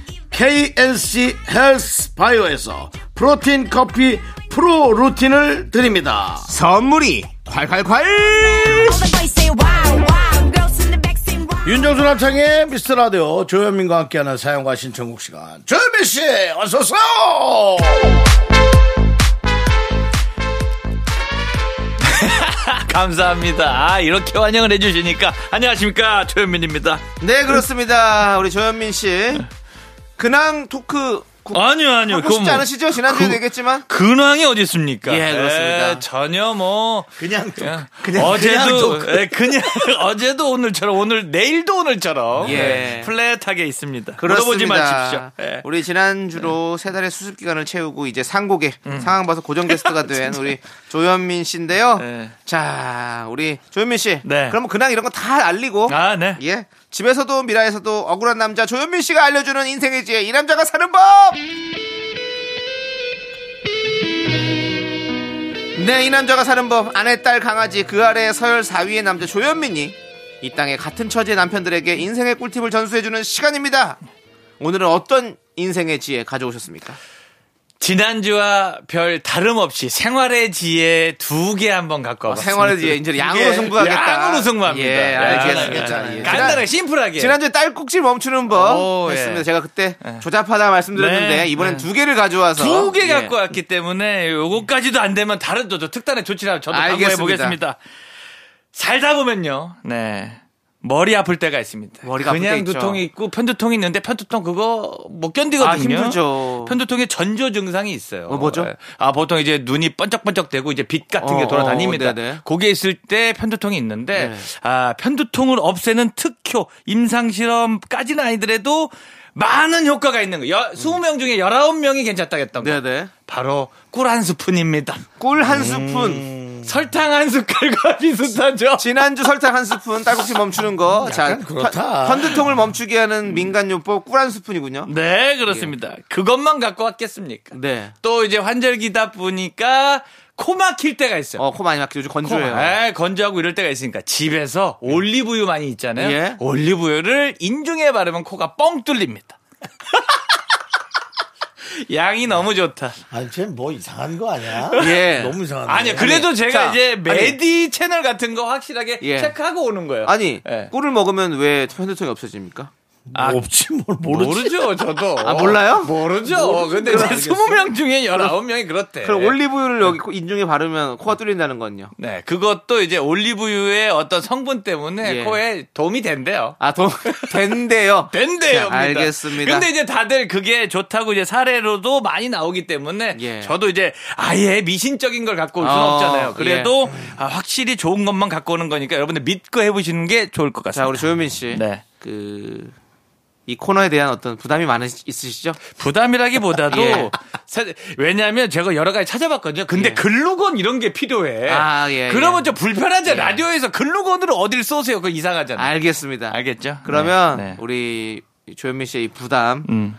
Speaker 2: KNC 헬스 바이오에서 프로틴 커피 프로 루틴을 드립니다.
Speaker 3: 선물이 콸콸콸
Speaker 5: the boys say wow, wow, girls in the back say wow.
Speaker 2: 윤정수 남창의 미스터 라디오 조현민과 함께하는 사연과 신청곡 시간. 조현민 씨, 어서 오세요.
Speaker 7: 감사합니다 아, 이렇게 환영을 해주시니까 안녕하십니까 아, 최현민입니다
Speaker 3: 네 그렇습니다 우리 조현민 씨 근황 토크 구-
Speaker 7: 아니요 아니요
Speaker 3: 하고
Speaker 7: 그건
Speaker 3: 싶지
Speaker 7: 뭐
Speaker 3: 않으시죠 지난주에도 얘기했지만
Speaker 7: 근황이 어디 있습니까
Speaker 3: 예, 그렇습니다.
Speaker 7: 에, 전혀 뭐
Speaker 2: 그냥 또
Speaker 7: 그냥, 어제도 에, 그냥 어제도 오늘처럼 오늘 내일도 오늘처럼
Speaker 3: 예.
Speaker 7: 예, 플랫하게 있습니다. 물어보지 마십시오.
Speaker 3: 그렇습니다
Speaker 7: 예.
Speaker 3: 우리 지난주로 세 달의 수습 기간을 채우고 이제 상곡에
Speaker 7: 음.
Speaker 3: 상황 봐서 고정 게스트가 된 우리 조현민 씨인데요
Speaker 7: 예.
Speaker 3: 자 우리 조현민 씨
Speaker 7: 네.
Speaker 3: 그러면 근황 이런 거 다 알리고
Speaker 7: 아, 네.
Speaker 3: 예 집에서도 미라에서도 억울한 남자 조현민 씨가 알려주는 인생의 지혜 이 남자가 사는 법 네, 이 남자가 사는 법 아내, 딸, 강아지 그 아래 서열 4위의 남자 조현민이 이 땅의 같은 처지의 남편들에게 인생의 꿀팁을 전수해주는 시간입니다. 오늘은 어떤 인생의 지혜 가져오셨습니까?
Speaker 7: 지난주와 별 다름없이 생활의 지혜 두 개 한번 갖고 와봤습니다.
Speaker 3: 어, 생활의 지혜 이제 양으로 승부하겠다.
Speaker 7: 양으로 승부합니다.
Speaker 3: 예,
Speaker 7: 네,
Speaker 3: 알겠습니다.
Speaker 7: 네,
Speaker 3: 예.
Speaker 7: 네. 간단하게 심플하게.
Speaker 3: 지난주에 딸 꼭지 멈추는 법
Speaker 7: 오, 예.
Speaker 3: 했습니다. 제가 그때 조잡하다 말씀드렸는데
Speaker 7: 네,
Speaker 3: 이번엔
Speaker 7: 네.
Speaker 3: 두 개를 가져와서
Speaker 7: 두 개
Speaker 3: 예.
Speaker 7: 갖고 왔기 때문에 요거까지도 안 되면 다른 저, 저 특단의 조치를 저도 강구해
Speaker 3: 알겠습니다.
Speaker 7: 보겠습니다. 살다 보면요. 네. 머리 아플 때가 있습니다.
Speaker 3: 머리가 아플
Speaker 7: 그냥
Speaker 3: 때 있죠.
Speaker 7: 두통이 있고 편두통이 있는데 편두통 그거 못 견디거든요.
Speaker 3: 아, 힘들죠.
Speaker 7: 편두통의 전조 증상이 있어요.
Speaker 3: 어, 뭐죠?
Speaker 7: 아, 보통 이제 눈이 번쩍번쩍 되고 이제 빛 같은
Speaker 3: 어,
Speaker 7: 게 돌아다닙니다.
Speaker 3: 어, 네네.
Speaker 7: 그게 있을 때 편두통이 있는데
Speaker 3: 네.
Speaker 7: 아, 편두통을 없애는 특효 임상 실험까지는 아니더라도 많은 효과가 있는 거예요. 20명 중에 19명이 괜찮다겠다고.
Speaker 3: 네네.
Speaker 7: 바로 꿀 한 스푼입니다.
Speaker 3: 꿀 한 스푼.
Speaker 7: 음. 설탕 한 숟갈과 비슷하죠.
Speaker 3: 지난주 설탕 한 스푼, 딸꾹질 멈추는 거. 자,
Speaker 2: 그렇다.
Speaker 3: 편- 편두통을 멈추게 하는 민간요법 꿀 한 스푼이군요.
Speaker 7: 네, 그렇습니다. 그것만 갖고 왔겠습니까?
Speaker 3: 네.
Speaker 7: 또 이제 환절기다 보니까 코 막힐 때가 있어요. 예.
Speaker 3: 어, 코 많이 막히죠. 요즘
Speaker 7: 코,
Speaker 3: 건조해요.
Speaker 7: 에, 건조하고 이럴 때가 있으니까 집에서 올리브유 많이 있잖아요.
Speaker 3: 예.
Speaker 7: 올리브유를 인중에 바르면 코가 뻥 뚫립니다. 양이 너무 좋다.
Speaker 2: 아니, 쟤뭐 이상한 거 아니야?
Speaker 3: 예.
Speaker 2: 너무 이상한데.
Speaker 7: 아니요, 그래도 제가
Speaker 3: 자,
Speaker 7: 이제
Speaker 3: 아니.
Speaker 7: 메디 채널 같은 거 확실하게
Speaker 3: 예.
Speaker 7: 체크하고 오는 거예요.
Speaker 3: 아니,
Speaker 7: 예.
Speaker 3: 꿀을 먹으면 왜 편두통이 없어집니까?
Speaker 7: 아,
Speaker 2: 없지, 뭘 모르지.
Speaker 7: 모르죠, 저도.
Speaker 3: 아, 몰라요?
Speaker 7: 모르죠. 근데 이제 20명 중에 19명이 그렇대.
Speaker 3: 그럼 올리브유를 여기 코- 인중에 바르면 코가 뚫린다는 건요.
Speaker 7: 네, 그것도 이제 올리브유의 어떤 성분 때문에
Speaker 3: 예.
Speaker 7: 코에 도움이 된대요.
Speaker 3: 아, 돈, 된대요.
Speaker 7: 된대요.
Speaker 3: 자, 알겠습니다.
Speaker 7: 근데 이제 다들 그게 좋다고 이제 사례로도 많이 나오기 때문에
Speaker 3: 예.
Speaker 7: 저도 이제 아예 미신적인 걸 갖고 올
Speaker 3: 어,
Speaker 7: 수는
Speaker 3: 예.
Speaker 7: 없잖아요. 그래도 아, 확실히 좋은 것만 갖고 오는 거니까 여러분들 믿고 해보시는 게 좋을 것 같습니다.
Speaker 3: 자, 우리 조현민 씨.
Speaker 7: 네.
Speaker 3: 그, 이 코너에 대한 어떤 부담이 많으, 있으시죠?
Speaker 7: 부담이라기보다도
Speaker 3: 예.
Speaker 7: 사- 왜냐하면 제가 여러 가지 찾아봤거든요. 근데
Speaker 3: 예.
Speaker 7: 글루건 이런 게 필요해.
Speaker 3: 아, 예,
Speaker 7: 그러면
Speaker 3: 예.
Speaker 7: 좀 불편하죠.
Speaker 3: 예.
Speaker 7: 라디오에서 글루건으로 어딜 쏘세요. 그거 이상하잖아요.
Speaker 3: 알겠습니다.
Speaker 7: 알겠죠?
Speaker 3: 그러면
Speaker 7: 네, 네.
Speaker 3: 우리 조현민 씨의 이 부담
Speaker 7: 음.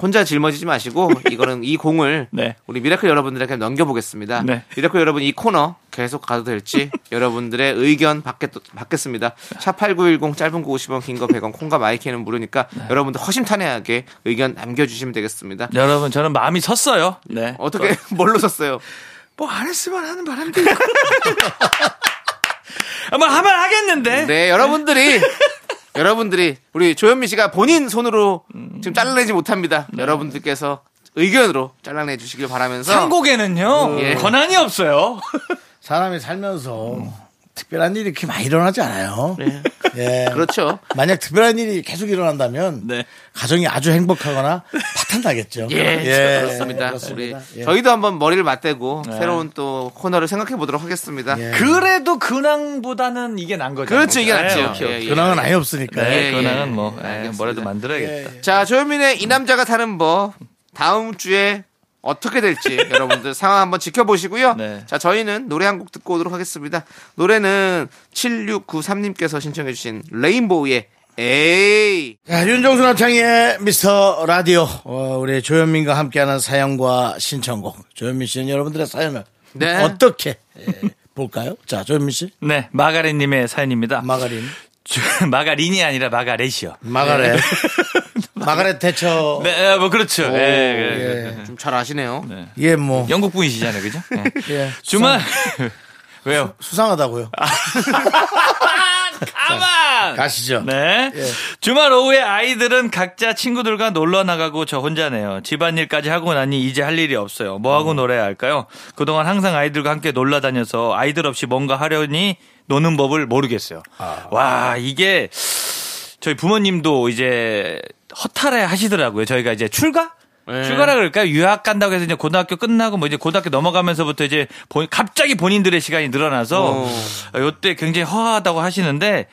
Speaker 3: 혼자 짊어지지 마시고 이거는 이 공을
Speaker 7: 네.
Speaker 3: 우리 미라클 여러분들에게 넘겨보겠습니다.
Speaker 7: 네.
Speaker 3: 미라클 여러분 이 코너 계속 가도 될지 여러분들의 의견 받겠, 받겠습니다.
Speaker 7: 네.
Speaker 3: 샵8910 짧은 거 50원 긴 거 100원 콩과 마이키는 무료니까
Speaker 7: 네.
Speaker 3: 여러분들 허심탄회하게 의견 남겨주시면 되겠습니다.
Speaker 7: 여러분 저는 마음이 섰어요. 네.
Speaker 3: 어떻게 뭘로 썼어요?
Speaker 7: 뭐 안 했으면 하는 바람도 있고. 아, 뭐 하면 하겠는데.
Speaker 3: 네 여러분들이 네. 여러분들이 우리 조현민 씨가 본인 손으로 지금 잘라내지 못합니다. 여러분들께서 의견으로 잘라내 주시길 바라면서
Speaker 7: 한국에는요
Speaker 3: 예.
Speaker 7: 권한이 없어요.
Speaker 2: 사람이 살면서 특별한 일이 이렇게 많이 일어나지 않아요. 예.
Speaker 3: 네. 그렇죠.
Speaker 2: 만약 특별한 일이 계속 일어난다면
Speaker 7: 네.
Speaker 2: 가정이 아주 행복하거나 파탄 나겠죠.
Speaker 3: 예,
Speaker 2: 예,
Speaker 3: 그렇습니다. 네. 우리
Speaker 2: 예.
Speaker 3: 저희도 한번 머리를 맞대고 새로운 또 코너를 생각해 보도록 하겠습니다.
Speaker 2: 예.
Speaker 7: 그래도 근황보다는 이게 난 거죠.
Speaker 3: 그렇죠, 이게 낫죠. 예, 예.
Speaker 2: 근황은 아예 없으니까.
Speaker 3: 네. 예,
Speaker 7: 근황은
Speaker 3: 예.
Speaker 7: 뭐
Speaker 3: 예,
Speaker 7: 예,
Speaker 3: 알겠습니다. 예.
Speaker 7: 뭐라도 만들어야겠다.
Speaker 3: 자, 조현민의 이 남자가 사는 법 다음 주에 어떻게 될지 여러분들 상황 한번 지켜보시고요.
Speaker 7: 네.
Speaker 3: 자, 저희는 노래 한 곡 듣고 오도록 하겠습니다. 노래는 7693님께서 신청해주신 레인보우의 에이.
Speaker 2: 자, 윤종수 남창희의 미스터 라디오. 어, 우리 조현민과 함께하는 사연과 신청곡. 조현민 씨는 여러분들의 사연을
Speaker 3: 네.
Speaker 2: 어떻게 예, 볼까요? 자, 조현민 씨.
Speaker 7: 네, 마가렛님의 사연입니다.
Speaker 2: 마가린.
Speaker 7: 주- 마가린이 아니라 마가렛이요.
Speaker 3: 네.
Speaker 2: 마가렛. 마가렛 대처.
Speaker 7: 네, 예, 뭐 그렇죠. 예, 예, 예.
Speaker 2: 예.
Speaker 3: 좀 잘 아시네요.
Speaker 2: 예, 뭐.
Speaker 7: 영국 분이시잖아요, 그죠? 예.
Speaker 2: 예.
Speaker 7: 주말 왜요?
Speaker 2: 수상하다고요.
Speaker 3: 아,
Speaker 7: 아, 가만.
Speaker 2: 가시죠.
Speaker 7: 네. 주말 오후에 아이들은 각자 친구들과 놀러 나가고 저 혼자네요. 집안일까지 하고 나니 이제 할 일이 없어요. 뭐 하고 놀아야 할까요? 그동안 항상 아이들과 함께 놀러 다녀서 아이들 없이 뭔가 하려니 노는 법을 모르겠어요. 와, 이게 저희 부모님도 이제 허탈해 하시더라고요. 저희가 이제 출가? 출가라 그럴까요? 유학 간다고 해서 이제 고등학교 끝나고 뭐 이제 고등학교 넘어가면서부터 이제 본- 갑자기 본인들의 시간이 늘어나서 요때 굉장히 허하다고 하시는데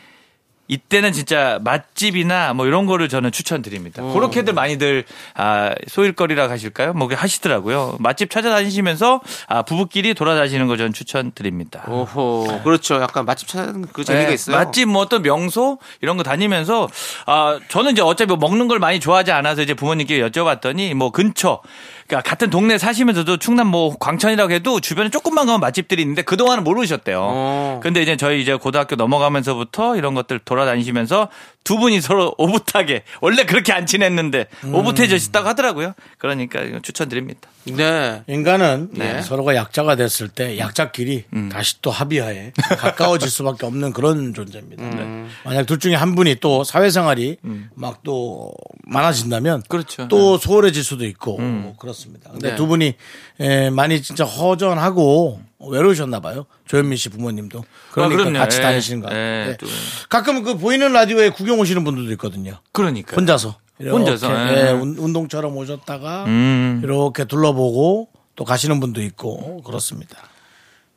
Speaker 7: 이때는 진짜 맛집이나 뭐 이런 거를 저는 추천드립니다. 그렇게들 많이들 아, 소일거리라 하실까요? 뭐 그렇게 하시더라고요. 맛집 찾아다니시면서 아, 부부끼리 돌아다니는 거 저는 추천드립니다.
Speaker 3: 어. 오호. 그렇죠. 약간 맛집 찾는 그 재미가
Speaker 7: 네,
Speaker 3: 있어요.
Speaker 7: 맛집 뭐 어떤 명소 이런 거 다니면서 아 저는 이제 어차피 먹는 걸 많이 좋아하지 않아서 이제 부모님께 여쭤봤더니 뭐 근처 그러니까 같은 동네 사시면서도 충남 뭐 광천이라고 해도 주변에 조금만 가면 맛집들이 있는데 그 동안은 모르셨대요.
Speaker 3: 어.
Speaker 7: 근데 이제 저희 이제 고등학교 넘어가면서부터 이런 것들 돌아다니시면서 두 분이 서로 오붓하게 원래 그렇게 안 친했는데
Speaker 3: 음.
Speaker 7: 오붓해졌다고 하더라고요. 그러니까 이거 추천드립니다.
Speaker 3: 네.
Speaker 2: 인간은
Speaker 3: 네.
Speaker 2: 서로가 약자가 됐을
Speaker 7: 음.
Speaker 2: 때 약자끼리 다시 또 합의하에 가까워질 수밖에 없는 그런 존재입니다.
Speaker 7: 음.
Speaker 2: 만약 둘 중에 한 분이 또 사회생활이 막 또 많아진다면
Speaker 7: 그렇죠. 음.
Speaker 2: 또 소홀해질 수도 있고 뭐 그렇습니다. 근데
Speaker 3: 네.
Speaker 2: 두 분이 에, 많이 진짜 허전하고 외로우셨나 봐요. 조현민 씨 부모님도 그러니까
Speaker 7: 그럼요.
Speaker 2: 같이
Speaker 7: 예.
Speaker 2: 다니시는 거
Speaker 7: 예,
Speaker 2: 같아요. 예.
Speaker 7: 또.
Speaker 2: 가끔 그 보이는 라디오에 구경 오시는 분들도 있거든요.
Speaker 7: 그러니까
Speaker 2: 혼자서 이렇게,
Speaker 7: 혼자서,
Speaker 2: 예,
Speaker 7: 예.
Speaker 2: 운- 운동처럼 오셨다가
Speaker 3: 음.
Speaker 2: 이렇게 둘러보고 또 가시는 분도 있고 그렇습니다.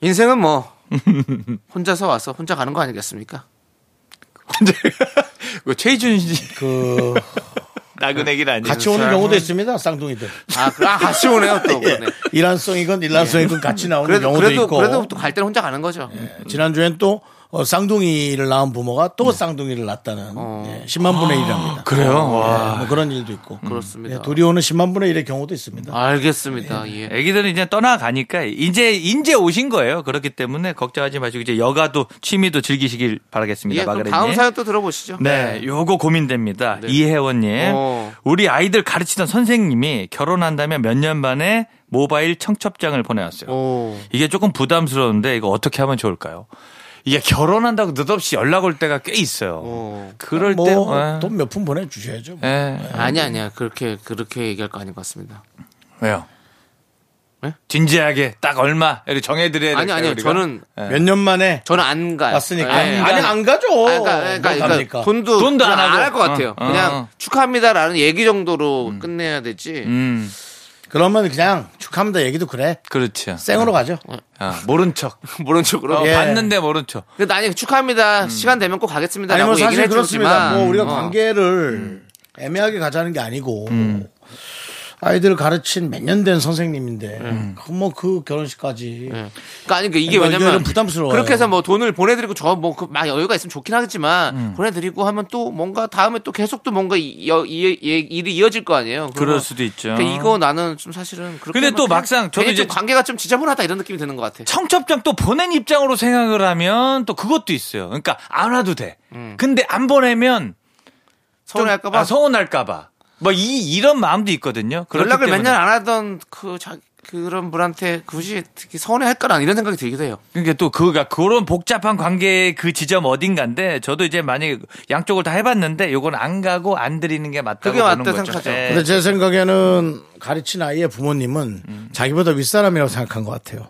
Speaker 3: 인생은 뭐, 혼자서 와서 혼자 가는 거 아니겠습니까?
Speaker 7: 최희준 씨
Speaker 2: 그
Speaker 7: 나그네길 아니에요?
Speaker 2: 같이 오는 경우도 있습니다. 쌍둥이들
Speaker 3: 아, 그- 아, 같이 오네요. 또. 네.
Speaker 2: 이란성이건 일란성이건 같이 나오는
Speaker 3: 예. 그래도,
Speaker 2: 경우도
Speaker 3: 그래도,
Speaker 2: 있고 네. 예,
Speaker 3: 그래도 또 갈 때는 혼자 가는 거죠.
Speaker 2: 지난주엔 또 어, 쌍둥이를 낳은 부모가 또
Speaker 3: 네.
Speaker 2: 쌍둥이를 낳았다는
Speaker 3: 어.
Speaker 2: 예, 10만
Speaker 3: 아,
Speaker 2: 분의 1이랍니다.
Speaker 7: 그래요? 와.
Speaker 2: 뭐 그런 일도 있고
Speaker 3: 음. 그렇습니다. 아,
Speaker 2: 예, 둘이 오는 10만 분의 1의 경우도 있습니다.
Speaker 3: 알겠습니다. 예.
Speaker 7: 애기들은 이제 떠나가니까 이제 이제 오신 거예요. 그렇기 때문에 걱정하지 마시고 이제 여가도 취미도 즐기시길 바라겠습니다.
Speaker 3: 예, 그럼
Speaker 7: 마그레님.
Speaker 3: 다음 사연 또 들어보시죠.
Speaker 7: 네, 요거 고민됩니다. 이혜원님,
Speaker 3: 어.
Speaker 7: 우리 아이들 가르치던 선생님이 결혼한다면 몇 년 만에 모바일 청첩장을 보내왔어요.
Speaker 3: 오.
Speaker 7: 이게 조금 부담스러운데 이거 어떻게 하면 좋을까요? 이게 결혼한다고 느닷없이 연락 올 때가 꽤 있어요.
Speaker 3: 어.
Speaker 7: 그럴 때,
Speaker 2: 뭐 돈
Speaker 3: 예.
Speaker 7: 어.
Speaker 2: 몇 푼 보내주셔야죠. 뭐.
Speaker 7: 예.
Speaker 3: 아니 아니야 그렇게 그렇게 얘기할 거 아닌 것 같습니다.
Speaker 7: 왜요?
Speaker 3: 네?
Speaker 7: 진지하게 딱 얼마 이렇게 정해드려야
Speaker 2: 네,
Speaker 7: 될까요?
Speaker 3: 아니 아니요
Speaker 7: 우리가?
Speaker 3: 저는
Speaker 2: 몇 년 만에
Speaker 3: 예. 저는 안 가요.
Speaker 2: 왔으니까
Speaker 3: 예.
Speaker 2: 아니 그러니까 안 가죠.
Speaker 3: 아, 그러니까, 그러니까,
Speaker 2: 뭘
Speaker 3: 그러니까
Speaker 2: 갑니까?
Speaker 3: 돈도
Speaker 7: 돈도 안
Speaker 3: 안 할
Speaker 7: 하고.
Speaker 3: 것 같아요.
Speaker 7: 어, 어.
Speaker 3: 그냥 축하합니다라는 얘기 정도로 끝내야 되지.
Speaker 7: 음,
Speaker 2: 그러면 그냥 축하합니다 얘기도 그래.
Speaker 7: 그렇죠.
Speaker 2: 생으로 가죠.
Speaker 7: 아, 모른 척.
Speaker 3: 모른 척으로.
Speaker 7: 어,
Speaker 2: 예.
Speaker 7: 봤는데 모른 척.
Speaker 3: 근데 아니 축하합니다. 시간 되면 꼭
Speaker 2: 음. 아니
Speaker 3: 가겠습니다라고
Speaker 2: 뭐
Speaker 3: 얘기를
Speaker 2: 사실 그렇습니다.
Speaker 3: 해주지만
Speaker 2: 뭐 우리가
Speaker 3: 어.
Speaker 2: 관계를
Speaker 7: 음.
Speaker 2: 애매하게 가자는 게 아니고 아이들을 가르친 몇 년 된 선생님인데
Speaker 7: 음.
Speaker 2: 뭐 그 결혼식까지
Speaker 3: 예. 그러니까 아니 그 이게
Speaker 2: 그러니까
Speaker 3: 왜냐면
Speaker 2: 이거는 부담스러워요.
Speaker 3: 그렇게 해서 뭐 돈을 보내드리고 저 뭐 그 막 여유가 있으면 좋긴 하겠지만
Speaker 7: 음.
Speaker 3: 보내드리고 하면 또 뭔가 다음에 또 계속 또 뭔가 이, 여- 이- 이- 일이 이어질 거 아니에요.
Speaker 7: 그럴
Speaker 3: 그러면
Speaker 7: 수도 있죠.
Speaker 3: 그러니까 이거 나는 좀 사실은 그렇게
Speaker 7: 근데 또
Speaker 3: 하면
Speaker 7: 막상 저도
Speaker 3: 괜히 좀
Speaker 7: 이제-
Speaker 3: 관계가 좀 지저분하다 이런 느낌이 드는 것 같아.
Speaker 7: 청첩장 또 보낸 입장으로 생각을 하면 또 그것도 있어요. 그러니까 안 와도 돼. 근데 안 보내면 좀-
Speaker 3: 서운할까봐
Speaker 7: 아, 서운할까봐. 뭐 이 이런 마음도 있거든요. 아, 그렇기
Speaker 3: 연락을
Speaker 7: 때문에.
Speaker 3: 몇 년 안 하던 그 자, 그런 분한테 굳이 특히 서운해할 거란 이런 생각이 들기도 해요.
Speaker 7: 그러니까 또 그가 그런 복잡한 관계의 그 지점 어딘가인데 저도 이제 만약에 양쪽을 다 해봤는데 요건 안 가고 안 드리는 게 맞다고
Speaker 3: 그게
Speaker 7: 보는
Speaker 3: 맞다
Speaker 7: 거죠.
Speaker 3: 생각하죠.
Speaker 7: 예.
Speaker 2: 근데 제 생각에는 가르친 아이의 부모님은
Speaker 7: 음.
Speaker 2: 자기보다 윗사람이라고 생각한 것 같아요.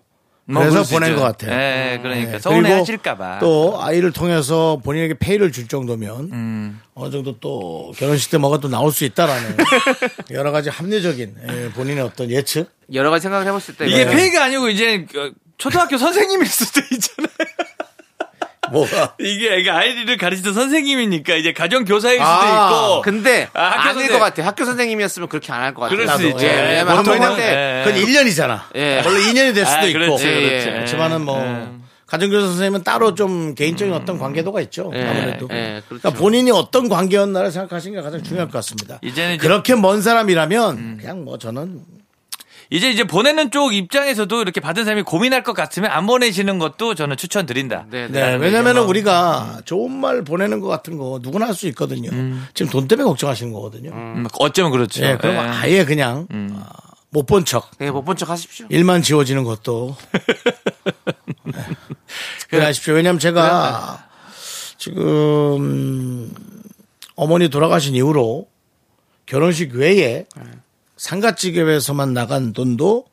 Speaker 7: 뭐
Speaker 2: 그래서
Speaker 7: 그럴 수
Speaker 2: 보낸
Speaker 7: 있죠.
Speaker 2: 것 같아요.
Speaker 7: 예, 그러니까
Speaker 2: 네. 그리고
Speaker 7: 서운해하실까봐.
Speaker 2: 또 아이를 통해서 본인에게 페이를 줄 정도면
Speaker 7: 음.
Speaker 2: 어느 정도 또 결혼식 때 뭐가 또 나올 수 있다라는 여러 가지 합리적인 예, 본인의 어떤 예측
Speaker 3: 여러 가지 생각을 해봤을 때
Speaker 7: 이게
Speaker 3: 네.
Speaker 7: 페이가 아니고 이제 어, 초등학교 선생님일 수도 있잖아요.
Speaker 2: 뭐가
Speaker 7: 이게 애가 아이들을 가르치던 선생님이니까 이제 가정 교사일 수도
Speaker 2: 아,
Speaker 7: 있고.
Speaker 3: 근데
Speaker 7: 아, 학교
Speaker 3: 아닐
Speaker 7: 선생-
Speaker 3: 것 같아. 학교 선생님이었으면 그렇게 안 할 것 같아.
Speaker 7: 그럴
Speaker 3: 나도.
Speaker 7: 수 있죠.
Speaker 3: 예,
Speaker 7: 예,
Speaker 3: 왜냐면
Speaker 2: 보통은-
Speaker 3: 학교 때
Speaker 7: 예.
Speaker 2: 그건 1년이잖아.
Speaker 3: 예.
Speaker 2: 원래 2년이 될 수도
Speaker 7: 아,
Speaker 2: 있고.
Speaker 7: 그렇지, 그렇지. 음.
Speaker 3: 예.
Speaker 2: 그렇지만은 뭐 가정교사 선생님은 따로 좀 개인적인 어떤 관계도가 있죠.
Speaker 3: 예,
Speaker 2: 아무래도.
Speaker 3: 예,
Speaker 2: 그러
Speaker 3: 그렇죠.
Speaker 2: 니까 본인이 어떤 관계였나를 생각하시는 게 가장 중요할 것 같습니다.
Speaker 7: 이제는 음. 이제-
Speaker 2: 그렇게 먼 사람이라면 그냥 뭐 저는
Speaker 7: 이제 이제 보내는 쪽 입장에서도 이렇게 받은 사람이 고민할 것 같으면 안 보내시는 것도 저는 추천드린다.
Speaker 3: 네, 네.
Speaker 2: 네, 왜냐면은
Speaker 7: 음.
Speaker 2: 우리가 좋은 말 보내는 것 같은 거 누구나 할 수 있거든요. 지금 돈 때문에 걱정하시는 거거든요.
Speaker 7: 음, 어쩌면 그렇죠.
Speaker 2: 예, 그러면
Speaker 7: 예.
Speaker 2: 아예 그냥 못 본 척.
Speaker 3: 네, 못본 척 하십시오.
Speaker 2: 일만 지워지는 것도 네. 그러십시오. 왜냐하면 제가 지금 어머니 돌아가신 이후로 결혼식 외에 상가집에서만 나간 돈도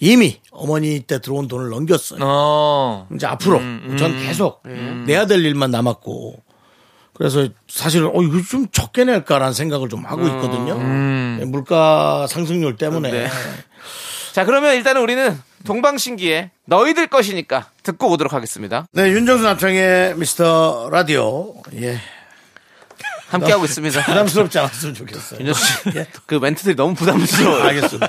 Speaker 2: 이미 어머니 때 들어온 돈을 넘겼어요.
Speaker 7: 어.
Speaker 2: 이제 앞으로 전 계속 내야 될 일만 남았고 그래서 사실은 어 이거 좀 적게 낼까라는 생각을 좀 하고 있거든요. 네, 물가 상승률 때문에
Speaker 3: 자, 그러면 일단은 우리는 동방신기에 너희들 것이니까 듣고 오도록 하겠습니다.
Speaker 2: 네, 윤정수 남창의 미스터 라디오. 예.
Speaker 3: 함께하고 있습니다.
Speaker 2: 부담스럽지 않았으면 좋겠어요.
Speaker 3: 윤정수 씨, 그 멘트들이 너무 부담스러워요.
Speaker 2: 알겠습니다.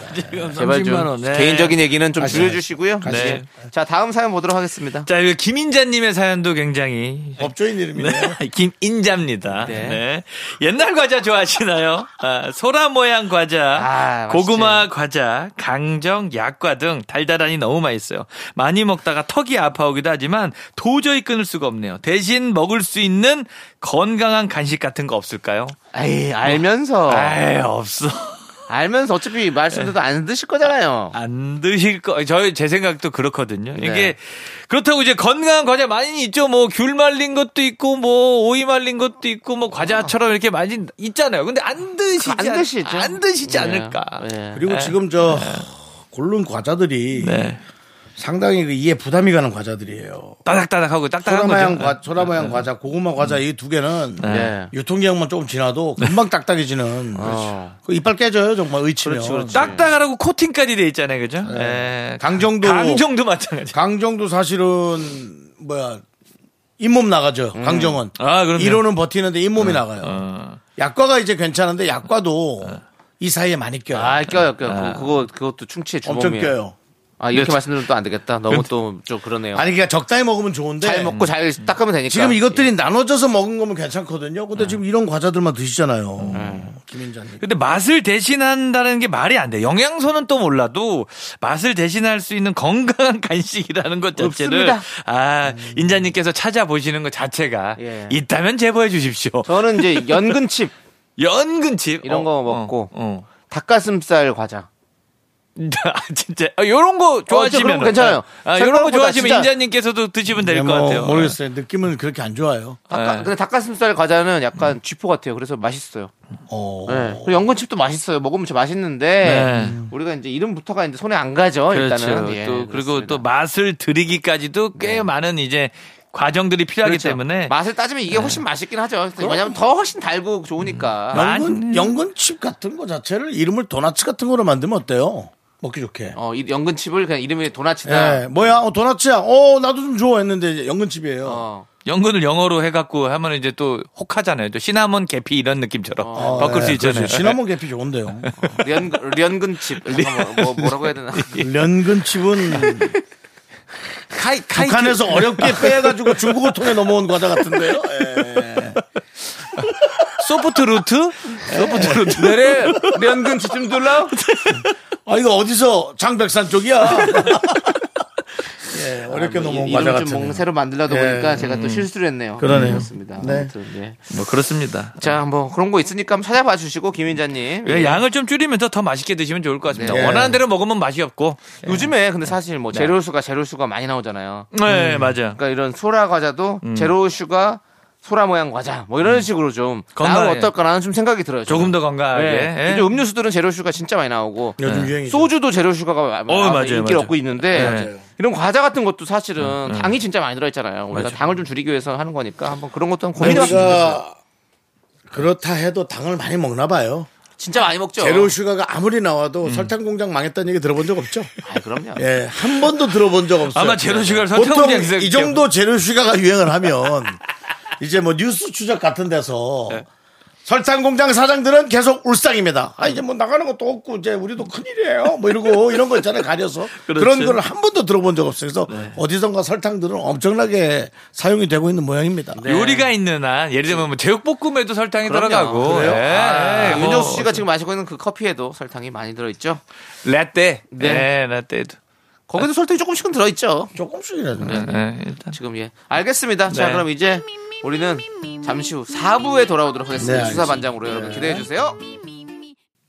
Speaker 3: 제발 좀
Speaker 7: 30만 원, 네.
Speaker 3: 개인적인 얘기는 좀 줄여주시고요.
Speaker 7: 네.
Speaker 3: 자, 다음 사연 보도록 하겠습니다.
Speaker 7: 자, 이거 김인자님의 사연도 굉장히
Speaker 2: 법조인 이름이네요.
Speaker 7: 김인자입니다.
Speaker 3: 네.
Speaker 7: 네. 옛날 과자 좋아하시나요? 아, 소라 모양 과자,
Speaker 3: 아,
Speaker 7: 고구마 과자, 강정, 약과 등 달달하니 너무 맛있어요. 많이 먹다가 턱이 아파오기도 하지만 도저히 끊을 수가 없네요. 대신 먹을 수 있는 건강한 간식 같은 거 없을까요?
Speaker 3: 에이, 알면서.
Speaker 7: 아예 없어.
Speaker 3: 알면서 어차피 말씀드려도 안 드실 거잖아요.
Speaker 7: 안 드실 거. 저희 제 생각도 그렇거든요.
Speaker 3: 네.
Speaker 7: 이게 그렇다고 이제 건강한 과자 많이 있죠. 뭐 귤 말린 것도 있고 뭐 오이 말린 것도 있고 뭐 과자처럼 이렇게 많이 있잖아요. 근데 안 드시지
Speaker 3: 안
Speaker 7: 않-
Speaker 3: 드시죠.
Speaker 7: 안 드시지
Speaker 3: 예,
Speaker 7: 않을까.
Speaker 3: 예.
Speaker 2: 그리고 지금 저 고른 과자들이
Speaker 7: 네.
Speaker 2: 상당히 그 이에 부담이 가는 과자들이에요.
Speaker 7: 따닥따닥하고 딱딱한
Speaker 2: 소라마양
Speaker 7: 거죠.
Speaker 2: 과, 소라마양 과자, 고구마 과자 이 두 개는
Speaker 3: 네.
Speaker 2: 유통기한만 조금 지나도 금방 딱딱해지는.
Speaker 3: 어.
Speaker 2: 그 이빨 깨져요, 정말 의치면.
Speaker 7: 딱딱하고 코팅까지 돼 있잖아요. 그죠? 예.
Speaker 2: 강정도.
Speaker 7: 강정도 마찬가지.
Speaker 2: 강정도 사실은 뭐야 잇몸 나가죠. 강정은
Speaker 7: 아, 그럼요.
Speaker 2: 이론은 버티는데 잇몸이 나가요. 약과가 이제 괜찮은데 약과도 이 사이에 많이 껴요.
Speaker 3: 아, 껴요, 껴요. 그거, 그것도 충치의 주범이에요.
Speaker 2: 엄청 껴요. 네.
Speaker 3: 아, 이렇게 말씀드리면 또 안 되겠다. 너무 또 좀 그러네요.
Speaker 2: 아니 그러니까 적당히 먹으면 좋은데
Speaker 3: 잘 먹고 잘 닦으면 되니까. 예.
Speaker 2: 지금 이것들이 나눠져서 먹은 거면 괜찮거든요. 근데 지금 이런 과자들만 드시잖아요. 김인자님.
Speaker 7: 근데 맛을 대신한다는 게 말이 안 돼. 영양소는 또 몰라도 맛을 대신할 수 있는 건강한 간식이라는 것 자체를
Speaker 3: 없습니다.
Speaker 7: 아 인자님께서 찾아보시는 것 자체가
Speaker 3: 예.
Speaker 7: 있다면 제보해 주십시오.
Speaker 3: 저는 이제 연근칩
Speaker 7: 연근칩
Speaker 3: 이런
Speaker 7: 어,
Speaker 3: 거
Speaker 7: 어,
Speaker 3: 먹고.
Speaker 7: 어.
Speaker 3: 닭가슴살 과자.
Speaker 7: 아, 진짜 아, 이런 거 좋아하시면
Speaker 3: 어, 그런 거 괜찮아요.
Speaker 7: 아, 이런 거
Speaker 3: 생각보다
Speaker 7: 좋아하시면
Speaker 3: 진짜-
Speaker 7: 인자님께서도 드시면 될 것
Speaker 2: 뭐
Speaker 7: 같아요.
Speaker 2: 모르겠어요. 느낌은 그렇게 안 좋아요.
Speaker 3: 닭가-
Speaker 7: 예.
Speaker 3: 근데 닭가슴살 과자는
Speaker 7: 음.
Speaker 3: 약간 쥐포 같아요. 그래서 맛있어요.
Speaker 2: 어.
Speaker 3: 네. 그리고 연근칩도 맛있어요. 먹으면 진짜 맛있는데
Speaker 7: 네.
Speaker 3: 우리가 이제 이름부터가 이제 손에 안 가죠.
Speaker 7: 그렇죠.
Speaker 3: 네, 일단은 예, 네.
Speaker 7: 또 그리고 또 맛을 들이기까지도 꽤 많은 이제 과정들이 필요하기
Speaker 3: 그렇죠.
Speaker 7: 때문에 네.
Speaker 3: 맛을 따지면 이게 훨씬 맛있긴 하죠. 왜냐면 더 훨씬 달고 좋으니까.
Speaker 7: 음.
Speaker 2: 연근 연근칩 같은 거 자체를 이름을 도넛 같은 거로 만들면 어때요? 먹기 좋게.
Speaker 3: 어, 이 연근칩을 그냥 이름이 도넛이다.
Speaker 7: 네.
Speaker 2: 예, 뭐야, 어, 도넛이야. 어, 나도 좀 줘. 했는데, 이제 연근칩이에요.
Speaker 3: 어.
Speaker 7: 연근을 영어로 해갖고 하면 이제 또 혹하잖아요. 또 시나몬 계피 이런 느낌처럼
Speaker 3: 아, 네. 어,
Speaker 7: 바꿀 수
Speaker 2: 예,
Speaker 7: 있잖아요.
Speaker 2: 그렇죠. 시나몬 계피 좋은데요.
Speaker 3: 연근, 연근칩. 잠깐만, 뭐, 뭐, 라고 해야 되나?
Speaker 2: 연근칩은
Speaker 7: 카이 카이
Speaker 2: 북한에서 어렵게 빼가지고 중국을 통해 넘어온 과자 같은데요. 예.
Speaker 7: 네. 소프트 루트
Speaker 3: 네.
Speaker 7: 소프트 루트 네.
Speaker 3: 내래 연근칩 좀 둘러?
Speaker 2: 아 이거 어디서 장백산 쪽이야? 예, 어렵게
Speaker 3: 아, 뭐
Speaker 2: 넘어온
Speaker 3: 이-
Speaker 2: 과자
Speaker 3: 이름 좀
Speaker 2: 같은.
Speaker 3: 뭔가 새로 만들려다
Speaker 7: 네.
Speaker 2: 예.
Speaker 3: 보니까 제가
Speaker 7: 음.
Speaker 3: 또 실수를 했네요.
Speaker 2: 그러네요.
Speaker 3: 그렇습니다.
Speaker 2: 네.
Speaker 3: 아무튼, 예.
Speaker 7: 뭐 그렇습니다.
Speaker 3: 자, 뭐 그런 거 있으니까 한번 찾아봐 주시고 김인자님.
Speaker 7: 예, 양을 좀 줄이면서 더 맛있게 드시면 좋을 것 같습니다.
Speaker 3: 네.
Speaker 7: 원하는 대로 먹으면 맛이 없고.
Speaker 3: 요즘에 근데 사실 뭐 제로 수가 제로 수가 많이 나오잖아요.
Speaker 7: 네, 맞아.
Speaker 3: 그러니까 이런 소라 과자도
Speaker 7: 음.
Speaker 3: 제로 슈가 소라 모양 과자 뭐 이런 식으로 좀
Speaker 7: 건강해.
Speaker 3: 나오면 어떨까라는 좀 생각이 들어요. 저는.
Speaker 7: 조금 더 건강하게.
Speaker 3: 예.
Speaker 7: 예.
Speaker 3: 요즘 음료수들은 제로 슈가 진짜 많이 나오고
Speaker 2: 요즘 유행이죠.
Speaker 3: 소주도 제로 슈가가
Speaker 7: 맞아요,
Speaker 3: 어, 인기를
Speaker 7: 맞아요.
Speaker 3: 얻고 있는데
Speaker 7: 네. 음,
Speaker 2: 맞아요.
Speaker 3: 이런 과자 같은 것도 사실은 당이 진짜 많이 들어있잖아요. 우리가
Speaker 7: 맞아요.
Speaker 3: 당을 좀 줄이기 위해서 하는 거니까 한번 그런 것도 한번 고민해 봤으면 좋겠어요.
Speaker 2: 우리가 그렇다 해도 당을 많이 먹나 봐요.
Speaker 3: 진짜 많이 먹죠.
Speaker 2: 제로 슈가가 아무리
Speaker 3: 음.
Speaker 2: 나와도 설탕 공장 망했다는 얘기 들어본 적 없죠?
Speaker 3: 아, 그럼요.
Speaker 2: 예, 한 번도 들어본 적 없어요.
Speaker 7: 아마 제로 슈가를 설탕
Speaker 2: 보통
Speaker 7: 공장 생각해요.
Speaker 2: 이 정도 제로 슈가가 유행을 하면 이제 뭐 뉴스 추적 같은 데서
Speaker 7: 네.
Speaker 2: 설탕 공장 사장들은 계속 울상입니다. 아 이제 뭐 나가는 것도 없고 이제 우리도 큰일이에요. 뭐 이러고 이런 거 있잖아요. 가려서
Speaker 7: 그렇죠. 네.
Speaker 2: 그런 걸 한 번도 들어본 적 없어요. 그래서 어디선가 설탕들은 엄청나게 사용이 되고 있는 모양입니다.
Speaker 7: 네. 요리가 있는 한 예를 들면 뭐 제육볶음에도 설탕이
Speaker 3: 그럼요.
Speaker 7: 들어가고
Speaker 3: 그래요?
Speaker 7: 예,
Speaker 3: 아,
Speaker 7: 예, 뭐
Speaker 3: 윤정수 씨가 지금 마시고 있는 그 커피에도 설탕이 많이 들어있죠.
Speaker 7: 라떼 네,
Speaker 3: 네.
Speaker 7: 라떼도
Speaker 3: 거기도 설탕이 조금씩은 들어있죠.
Speaker 2: 조금씩이라도.
Speaker 7: 예, 일단
Speaker 3: 지금 예. 알겠습니다. 자,
Speaker 7: 네.
Speaker 3: 그럼 이제 우리는 잠시 후 4부에 돌아오도록 하겠습니다.
Speaker 2: 네,
Speaker 3: 수사반장으로 여러분 기대해 주세요.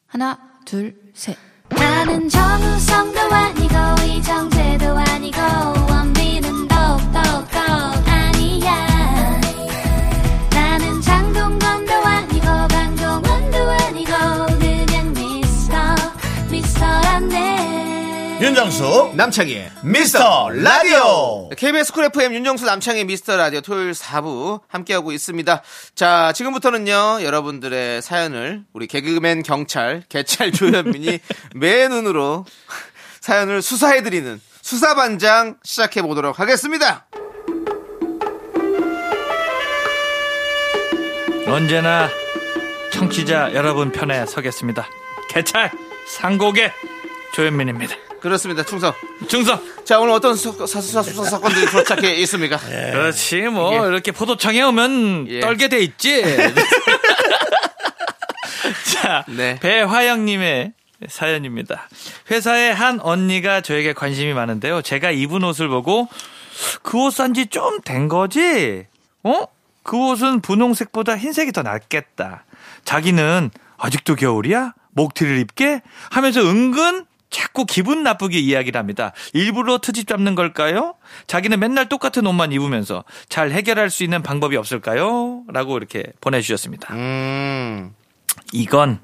Speaker 8: 하나, 둘, 셋.
Speaker 5: 나는 정우성도 아니고 이정재도 아니고 원빈은 더욱더 아니야 나는 장동건도 아니고 강동원도 아니고 그냥 미스터 미스터란데
Speaker 2: 윤정수 남창희 미스터 라디오.
Speaker 3: 네, KBS 쿨 FM 윤정수 남창의 미스터 라디오 토요일 4부 함께하고 있습니다. 자, 지금부터는요, 여러분들의 사연을 우리 개그맨 경찰, 개찰 조현민이 매 눈으로 사연을 수사해드리는 수사반장 시작해보도록 하겠습니다.
Speaker 7: 언제나 청취자 여러분 편에 서겠습니다. 개찰 상곡의 조현민입니다.
Speaker 3: 그렇습니다, 충성.
Speaker 7: 중성.
Speaker 3: 자, 오늘 어떤 수, 사, 사, 수사 사건들이 도착해 있습니까?
Speaker 7: 그렇지 뭐
Speaker 3: 예.
Speaker 7: 이렇게 포도청에 오면
Speaker 3: 예.
Speaker 7: 떨게 돼 있지. 자,
Speaker 3: 네.
Speaker 7: 배화영님의 사연입니다. 회사의 한 언니가 저에게 관심이 많은데요. 제가 입은 옷을 보고 그 옷 산 지 좀 된 거지? 어? 그 옷은 분홍색보다 흰색이 더 낫겠다. 자기는 아직도 겨울이야? 목티를 입게? 하면서 은근 자꾸 기분 나쁘게 이야기를 합니다. 일부러 트집 잡는 걸까요? 자기는 맨날 똑같은 옷만 입으면서 잘 해결할 수 있는 방법이 없을까요? 라고 이렇게 보내주셨습니다.
Speaker 3: 음,
Speaker 7: 이건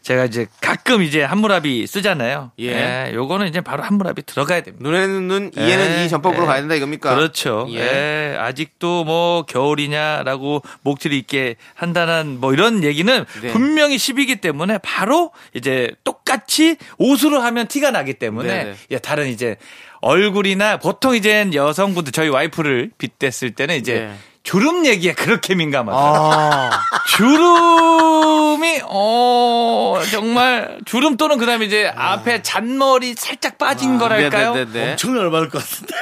Speaker 7: 제가 이제 가끔 이제 한무라비 쓰잖아요.
Speaker 3: 예.
Speaker 7: 예. 요거는 이제 바로 한무라비 들어가야 됩니다.
Speaker 3: 눈에는 눈, 이에는
Speaker 7: 예,
Speaker 3: 이 전법으로
Speaker 7: 예.
Speaker 3: 가야 된다 이겁니까?
Speaker 7: 그렇죠.
Speaker 3: 예.
Speaker 7: 예. 아직도 뭐 겨울이냐라고 목티를 입게 한다는 뭐 이런 얘기는
Speaker 3: 네.
Speaker 7: 분명히 10이기 때문에 바로 이제 똑같이 옷으로 하면 티가 나기 때문에
Speaker 3: 네, 네.
Speaker 7: 예, 다른 이제 얼굴이나 보통 이젠 여성분들 저희 와이프를 빗댔을 때는 이제
Speaker 3: 네.
Speaker 7: 주름 얘기에 그렇게 민감하죠.
Speaker 3: 아,
Speaker 7: 주름이 어 정말 주름 또는 그다음에 이제 앞에 잔머리 살짝 빠진 거랄까요?
Speaker 3: 아. 네네네.
Speaker 2: 엄청 열받을 것 같은데.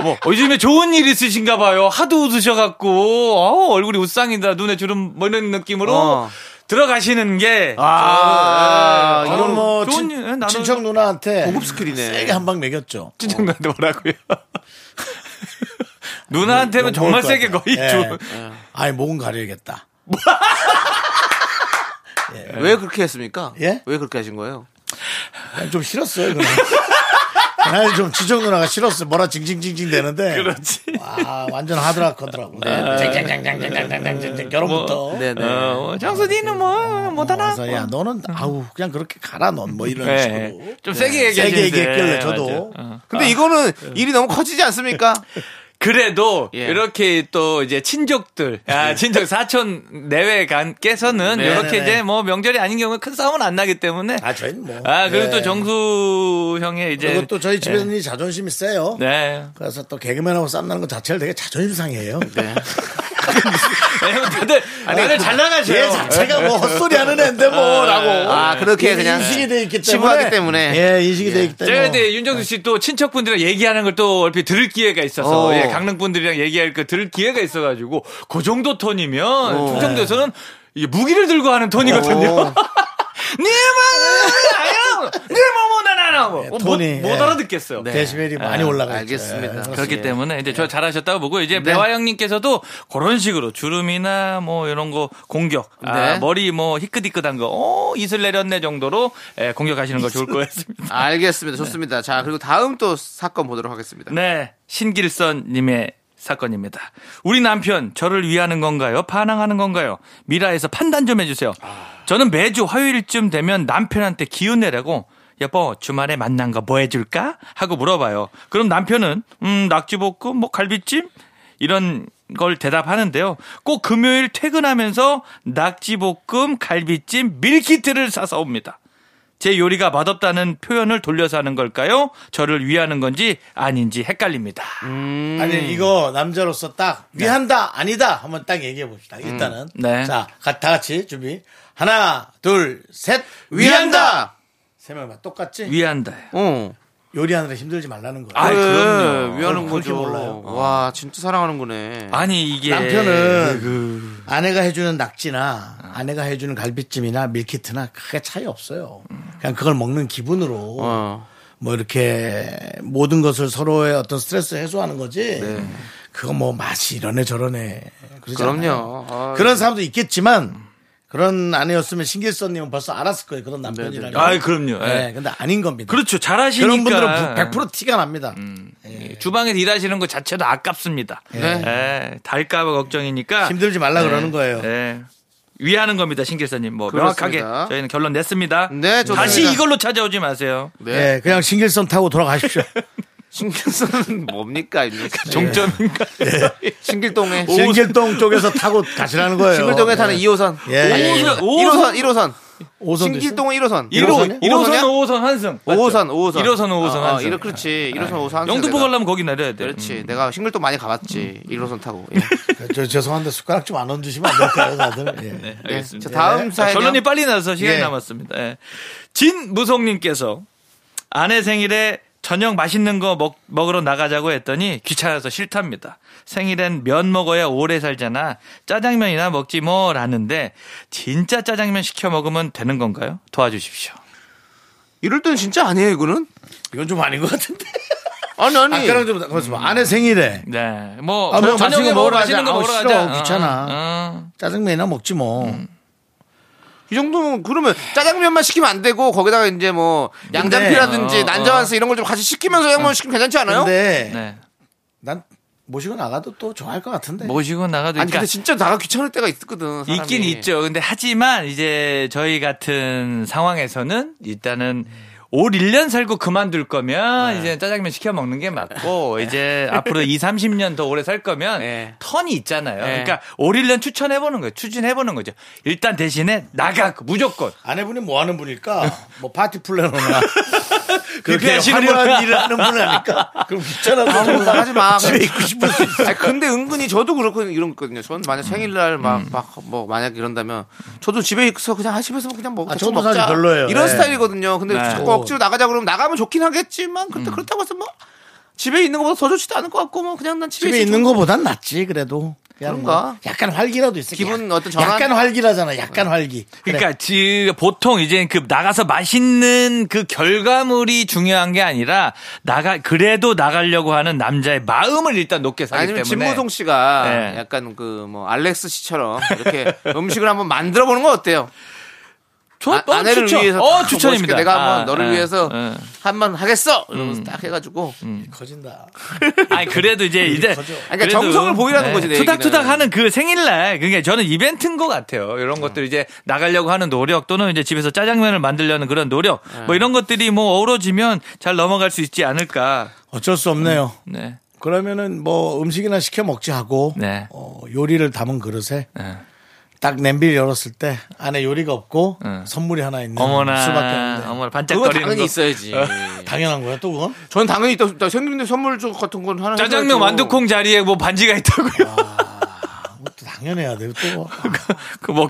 Speaker 7: 뭐, 어머, 요즘에 좋은 일 있으신가 봐요. 하도 웃으셔갖고 어, 얼굴이 웃상이다. 눈에 주름 뭐 이런 느낌으로
Speaker 3: 어.
Speaker 7: 들어가시는 게
Speaker 2: 아,
Speaker 3: 아,
Speaker 2: 저는
Speaker 3: 이건
Speaker 2: 뭐
Speaker 7: 좋은 일, 네,
Speaker 2: 친,
Speaker 7: 나는
Speaker 2: 친척 누나한테
Speaker 3: 고급 스킬이네.
Speaker 2: 세게 한 방 매겼죠.
Speaker 7: 친정가한테 뭐라고요? 누나한테는 정말 세게 거의
Speaker 2: 예.
Speaker 7: 주름.
Speaker 2: 아예 목은 가려야겠다.
Speaker 3: 왜 그렇게 했습니까?
Speaker 2: 예?
Speaker 3: 왜 그렇게 하신 거예요?
Speaker 2: 난좀 싫었어요. 나좀 지정 누나가 싫었어. 뭐라 징징징징 되는데. 그렇지. 와 완전 하드락 거더라고.
Speaker 7: 네.
Speaker 2: 쨍쨍쨍쨍쨍쨍쨍쨍쨍 결혼부터.
Speaker 3: 네네.
Speaker 7: 어, 정수디는 뭐 못하나?
Speaker 2: 그래서 야 너는 아우 그냥 그렇게 가라 넌 뭐 어, 이런
Speaker 7: 예,
Speaker 2: 식으로. 네.
Speaker 7: 예. 좀 세게 네, 얘기해 예,
Speaker 2: 세게 얘기했길래 저도.
Speaker 7: 어.
Speaker 3: 근데 이거는 일이 너무 커지지 않습니까?
Speaker 7: 그래도
Speaker 3: 예.
Speaker 7: 이렇게 또 이제 친족들, 아, 친족 사촌 내외 간께서는
Speaker 3: 네,
Speaker 7: 이렇게
Speaker 2: 예. 네, 네.
Speaker 7: 이제 뭐 명절이 아닌 경우 큰 싸움은 안 나기 때문에
Speaker 2: 아 저희는 뭐.
Speaker 7: 아 그리고
Speaker 2: 예.
Speaker 7: 또 정수 형의 이제
Speaker 2: 그리고 또 저희 집에는 이 자존심이 세요.
Speaker 7: 네
Speaker 2: 그래서 또 개그맨하고 싸움 나는 것 자체를 되게 자존심 상해요.
Speaker 7: 왜냐면 네, 다들 다들 잘 나가셔.
Speaker 2: 얘 자체가 뭐 헛소리 하는 애인데 뭐라고.
Speaker 3: 아, 그렇게
Speaker 2: 이게
Speaker 3: 그냥
Speaker 2: 인식이 돼 있기 때문에.
Speaker 3: 치부하기 때문에.
Speaker 2: 예, 인식이 돼 있기
Speaker 7: 제가
Speaker 2: 때문에.
Speaker 7: 근데 윤정수 씨 또 친척분들이랑 얘기하는 걸 또 얼핏 들을 기회가 있어서
Speaker 3: 어.
Speaker 7: 예, 강릉분들이랑 얘기할 거 들을 기회가 있어가지고 그 정도
Speaker 2: 어.
Speaker 7: 톤이면 충청도에서는 이게 무기를 들고 하는 톤이거든요. 뭐, 네 말은 아요, 네 몸은 안 하고 어, 못,
Speaker 2: 톤이,
Speaker 7: 못
Speaker 2: 예.
Speaker 7: 알아듣겠어요. 네.
Speaker 2: 데시벨이 많이 올라가 있죠.
Speaker 3: 네. 알겠습니다. 네.
Speaker 2: 예.
Speaker 7: 그렇기 때문에 이제 저 잘하셨다고 보고 이제 배화 형님께서도 그런 식으로 주름이나 뭐 이런 거 공격, 아,
Speaker 3: 네.
Speaker 7: 머리 뭐 희끗희끗한 거, 어, 이슬 내렸네 정도로 예, 공격하시는 거 좋을 것 같습니다.
Speaker 3: 알겠습니다. 좋습니다. 자, 그리고 다음 또 사건 보도록 하겠습니다.
Speaker 7: 네, 신길선 님의 사건입니다. 우리 남편 저를 위하는 건가요? 반항하는 건가요? 미라에서 판단 좀 해주세요.
Speaker 3: 아.
Speaker 7: 저는 매주 화요일쯤 되면 남편한테 기운 내라고 여보 주말에 만난 거 뭐 해줄까? 하고 물어봐요. 그럼 남편은 음 낙지볶음 뭐 갈비찜 이런 걸 대답하는데요. 꼭 금요일 퇴근하면서 낙지볶음 갈비찜 밀키트를 사서 옵니다. 제 요리가 맛없다는 표현을 돌려서 하는 걸까요? 저를 위하는 건지 아닌지 헷갈립니다.
Speaker 2: 예.
Speaker 3: 음.
Speaker 2: 아니 이거 남자로서 딱
Speaker 3: 네.
Speaker 2: 위한다 아니다 한번 딱 얘기해 봅시다.
Speaker 3: 음.
Speaker 2: 일단은
Speaker 7: 네.
Speaker 2: 자, 가- 다 같이 준비. 하나, 둘, 셋. 위한다.
Speaker 3: 위한다!
Speaker 2: 세 명만 똑같지?
Speaker 7: 위한다.
Speaker 3: 어.
Speaker 2: 요리하느라 힘들지 말라는 거야.
Speaker 7: 아,
Speaker 3: 그래,
Speaker 7: 그럼요.
Speaker 3: 위하는
Speaker 2: 그렇게
Speaker 3: 거죠.
Speaker 2: 몰라요.
Speaker 3: 와, 진짜 사랑하는 거네.
Speaker 7: 아니 이게
Speaker 2: 남편은 아내가 해주는 낙지나 아내가 해주는 갈비찜이나 밀키트나 크게 차이 없어요. 그냥 그걸 먹는 기분으로
Speaker 3: 어.
Speaker 2: 뭐 이렇게 모든 것을 서로의 어떤 스트레스 해소하는 거지. 그거 뭐 맛이 이러네 저러네. 그러지 않아요.
Speaker 3: 그럼요. 아,
Speaker 2: 그런 사람도 있겠지만 그런 아내였으면 신길선님은 벌써 알았을 거예요. 그런 남편이라는.
Speaker 7: 아, 그럼요. 예.
Speaker 2: 네, 근데 아닌 겁니다.
Speaker 7: 그렇죠. 잘하시니까 예.
Speaker 2: 그런 분들은 100% 티가 납니다.
Speaker 7: 주방에서 일하시는 것 자체도 아깝습니다.
Speaker 3: 네.
Speaker 7: 예, 달까봐 걱정이니까
Speaker 2: 힘들지 말라
Speaker 7: 예,
Speaker 2: 그러는 거예요.
Speaker 7: 예. 위하는 겁니다, 신길사님. 뭐
Speaker 3: 그렇습니다.
Speaker 7: 명확하게 저희는 결론 냈습니다.
Speaker 3: 네, 좋습니다.
Speaker 7: 다시 이걸로 찾아오지 마세요.
Speaker 3: 네.
Speaker 2: 예, 그냥 신길선 타고 돌아가십시오.
Speaker 3: 신길선은 뭡니까? 이제?
Speaker 7: 정점인가?
Speaker 3: 그 신길동에.
Speaker 2: 신길동 쪽에서 타고 가시라는 거예요.
Speaker 3: 신길동에 타는 2호선.
Speaker 2: 예, 예, 예.
Speaker 3: 1호선, 1호선.
Speaker 2: 오선도
Speaker 3: 신길동은 1호선.
Speaker 7: 일 호-
Speaker 3: 1호선이야?
Speaker 7: 일 호선, 오 호선 환승.
Speaker 3: 5호선, 5호선.
Speaker 7: 1호선, 5호선
Speaker 3: 아, 아,
Speaker 7: 환승.
Speaker 3: 이렇- 그렇지. 1호선, 5호선.
Speaker 7: 영등포 가려면 거기 내려야 돼.
Speaker 3: 그렇지. 내가 신길동 많이 가봤지. 1호선 타고. 예.
Speaker 2: 그, 저 죄송한데 숟가락 좀 안 얹으시면 안 될까요, 다들? 예.
Speaker 3: 자, 다음 네. 아,
Speaker 7: 자,
Speaker 3: 사연.
Speaker 7: 아, 결론이 빨리 나서 시간이
Speaker 3: 예.
Speaker 7: 남았습니다. 예. 진무송님께서 아내 생일에 저녁 맛있는 거 먹, 먹으러 나가자고 했더니 귀찮아서 싫답니다. 생일엔 면 먹어야 오래 살잖아. 짜장면이나 먹지 뭐라는데 진짜 짜장면 시켜 먹으면 되는 건가요? 도와주십시오.
Speaker 3: 이럴 땐 진짜 아니에요, 이거는?
Speaker 2: 이건 좀 아닌 것 같은데.
Speaker 3: 아니, 아니.
Speaker 2: 아까랑 좀 그렇습니다. 음. 아내 생일에
Speaker 7: 네. 뭐
Speaker 2: 아, 뭐
Speaker 7: 저,
Speaker 2: 맛있는
Speaker 7: 녁에
Speaker 2: 거
Speaker 7: 먹으러
Speaker 2: 먹으러
Speaker 7: 맛있는 거
Speaker 2: 가자. 아우,
Speaker 7: 먹으러
Speaker 2: 싫어.
Speaker 7: 가자.
Speaker 2: 귀찮아.
Speaker 7: 어, 어.
Speaker 2: 짜장면이나 먹지 뭐.
Speaker 3: 이 정도면 그러면 짜장면만 시키면 안 되고 거기다가 이제 뭐 양장피라든지
Speaker 7: 어, 어.
Speaker 3: 난자완스 이런 걸 좀 같이 시키면서 양면 시키면 괜찮지 않아요?
Speaker 2: 근데
Speaker 7: 네.
Speaker 2: 난 모시고 나가도 또 좋아할 것 같은데.
Speaker 7: 모시고 나가도
Speaker 3: 아니
Speaker 7: 그러니까
Speaker 3: 근데 진짜 나가 귀찮을 때가 있거든. 사람이.
Speaker 7: 있긴 있죠. 근데 하지만 이제 저희 같은 상황에서는 일단은 올 1년 살고 그만둘
Speaker 3: 네.
Speaker 7: 거면 이제 짜장면 시켜 먹는 게 맞고 이제 앞으로 2, 30년 더 오래 살 거면
Speaker 3: 네.
Speaker 7: 턴이 있잖아요.
Speaker 3: 네.
Speaker 7: 그러니까 올 1년 추천해 보는 거예요. 추진해 보는 거죠. 일단 대신에 나가 무조건.
Speaker 2: 아내분이 뭐 하는 분일까? 뭐 파티 플래너나 그렇게
Speaker 7: 뷔페 하시는
Speaker 2: 화려한
Speaker 7: 분이야.
Speaker 2: 일을 하는 분 아닐까?
Speaker 3: 아우,
Speaker 2: 그럼 귀찮아서
Speaker 3: 나가지 마. 뭐,
Speaker 2: 집에 있고 싶을 수 있어.
Speaker 3: 아니, 근데 은근히 저도 그렇고 이런거든요. 저는 만약 생일날
Speaker 2: 음.
Speaker 3: 막 막 뭐 만약 이런다면 저도 집에 있어서 그냥 아, 집에서 그냥 먹
Speaker 2: 아,
Speaker 3: 대충
Speaker 2: 저도 사실
Speaker 3: 먹자.
Speaker 2: 별로예요.
Speaker 3: 이런
Speaker 2: 네. 음.
Speaker 3: 스타일이거든요. 근데
Speaker 7: 네.
Speaker 3: 자꾸 억지로 나가자 그러면 나가면 좋긴 하겠지만 근데 그렇다고 해서 뭐 집에 있는 것보다 더 좋지도 않을 것 같고 뭐 그냥 난 집에,
Speaker 2: 집에
Speaker 3: 있어.
Speaker 2: 있는 거보단 낫지 그래도. 그냥
Speaker 3: 그런가?
Speaker 2: 뭐 약간 활기라도 있어.
Speaker 3: 기분
Speaker 2: 약-
Speaker 3: 어떤 전환?
Speaker 2: 약간 활기라잖아. 약간 활기. 네. 그래.
Speaker 3: 네.
Speaker 7: 그러니까 지 보통 이제 그 나가서 맛있는 그 결과물이 중요한 게 아니라 나가 그래도 나가려고 하는 남자의 마음을 일단 높게 사기
Speaker 3: 아니면
Speaker 7: 때문에
Speaker 3: 진무송 씨가
Speaker 7: 네.
Speaker 3: 약간 그 뭐 알렉스 씨처럼 이렇게 음식을 한번 만들어 보는 건 어때요?
Speaker 7: 저,
Speaker 3: 아,
Speaker 7: 어,
Speaker 3: 아내를
Speaker 7: 추천.
Speaker 3: 위해서
Speaker 7: 어,
Speaker 3: 딱
Speaker 7: 추천입니다.
Speaker 3: 멋있게 내가 한번
Speaker 7: 아,
Speaker 3: 너를
Speaker 2: 네.
Speaker 7: 예,
Speaker 3: 위해서
Speaker 7: 예.
Speaker 3: 한 번 하겠어
Speaker 2: 음.
Speaker 3: 이러면서 딱 해가지고
Speaker 2: 커진다.
Speaker 7: 아니 그래도
Speaker 2: 음,
Speaker 7: 이제 이제
Speaker 2: 그렇죠.
Speaker 3: 그러니까 정성을 보이라는 거지, 내
Speaker 7: 투닥투닥
Speaker 3: 얘기는.
Speaker 7: 하는 그 생일날 그러니까 저는 이벤트인 것 같아요. 이런 것들 이제 나가려고 하는 노력 또는 이제 집에서 짜장면을 만들려는 그런 노력
Speaker 3: 네.
Speaker 7: 뭐 이런 것들이 뭐 어우러지면 잘 넘어갈 수 있지 않을까.
Speaker 2: 어쩔 수 없네요.
Speaker 7: 네.
Speaker 2: 그러면은 뭐 음식이나 시켜 먹지 하고
Speaker 7: 네.
Speaker 2: 어, 요리를 담은 그릇에
Speaker 7: 네.
Speaker 2: 딱 냄비를 열었을 때 안에 요리가 없고
Speaker 7: 네.
Speaker 2: 선물이 하나 있는 음, 수밖에
Speaker 7: 어머나
Speaker 2: 없는데
Speaker 7: 어머나
Speaker 3: 그건
Speaker 7: 반짝거리는
Speaker 3: 당연히
Speaker 7: 거.
Speaker 3: 있어야지.
Speaker 2: 당연한 거야 또 그건
Speaker 3: 저는 당연히 있다 싶다. 생일인데 선물 좀 같은 건 하나.
Speaker 7: 짜장면
Speaker 3: 해줘야죠.
Speaker 7: 완두콩 자리에 뭐 반지가 있다고요.
Speaker 3: 아.
Speaker 2: 뭐 또 당연해야 돼요 또
Speaker 7: 그 먹.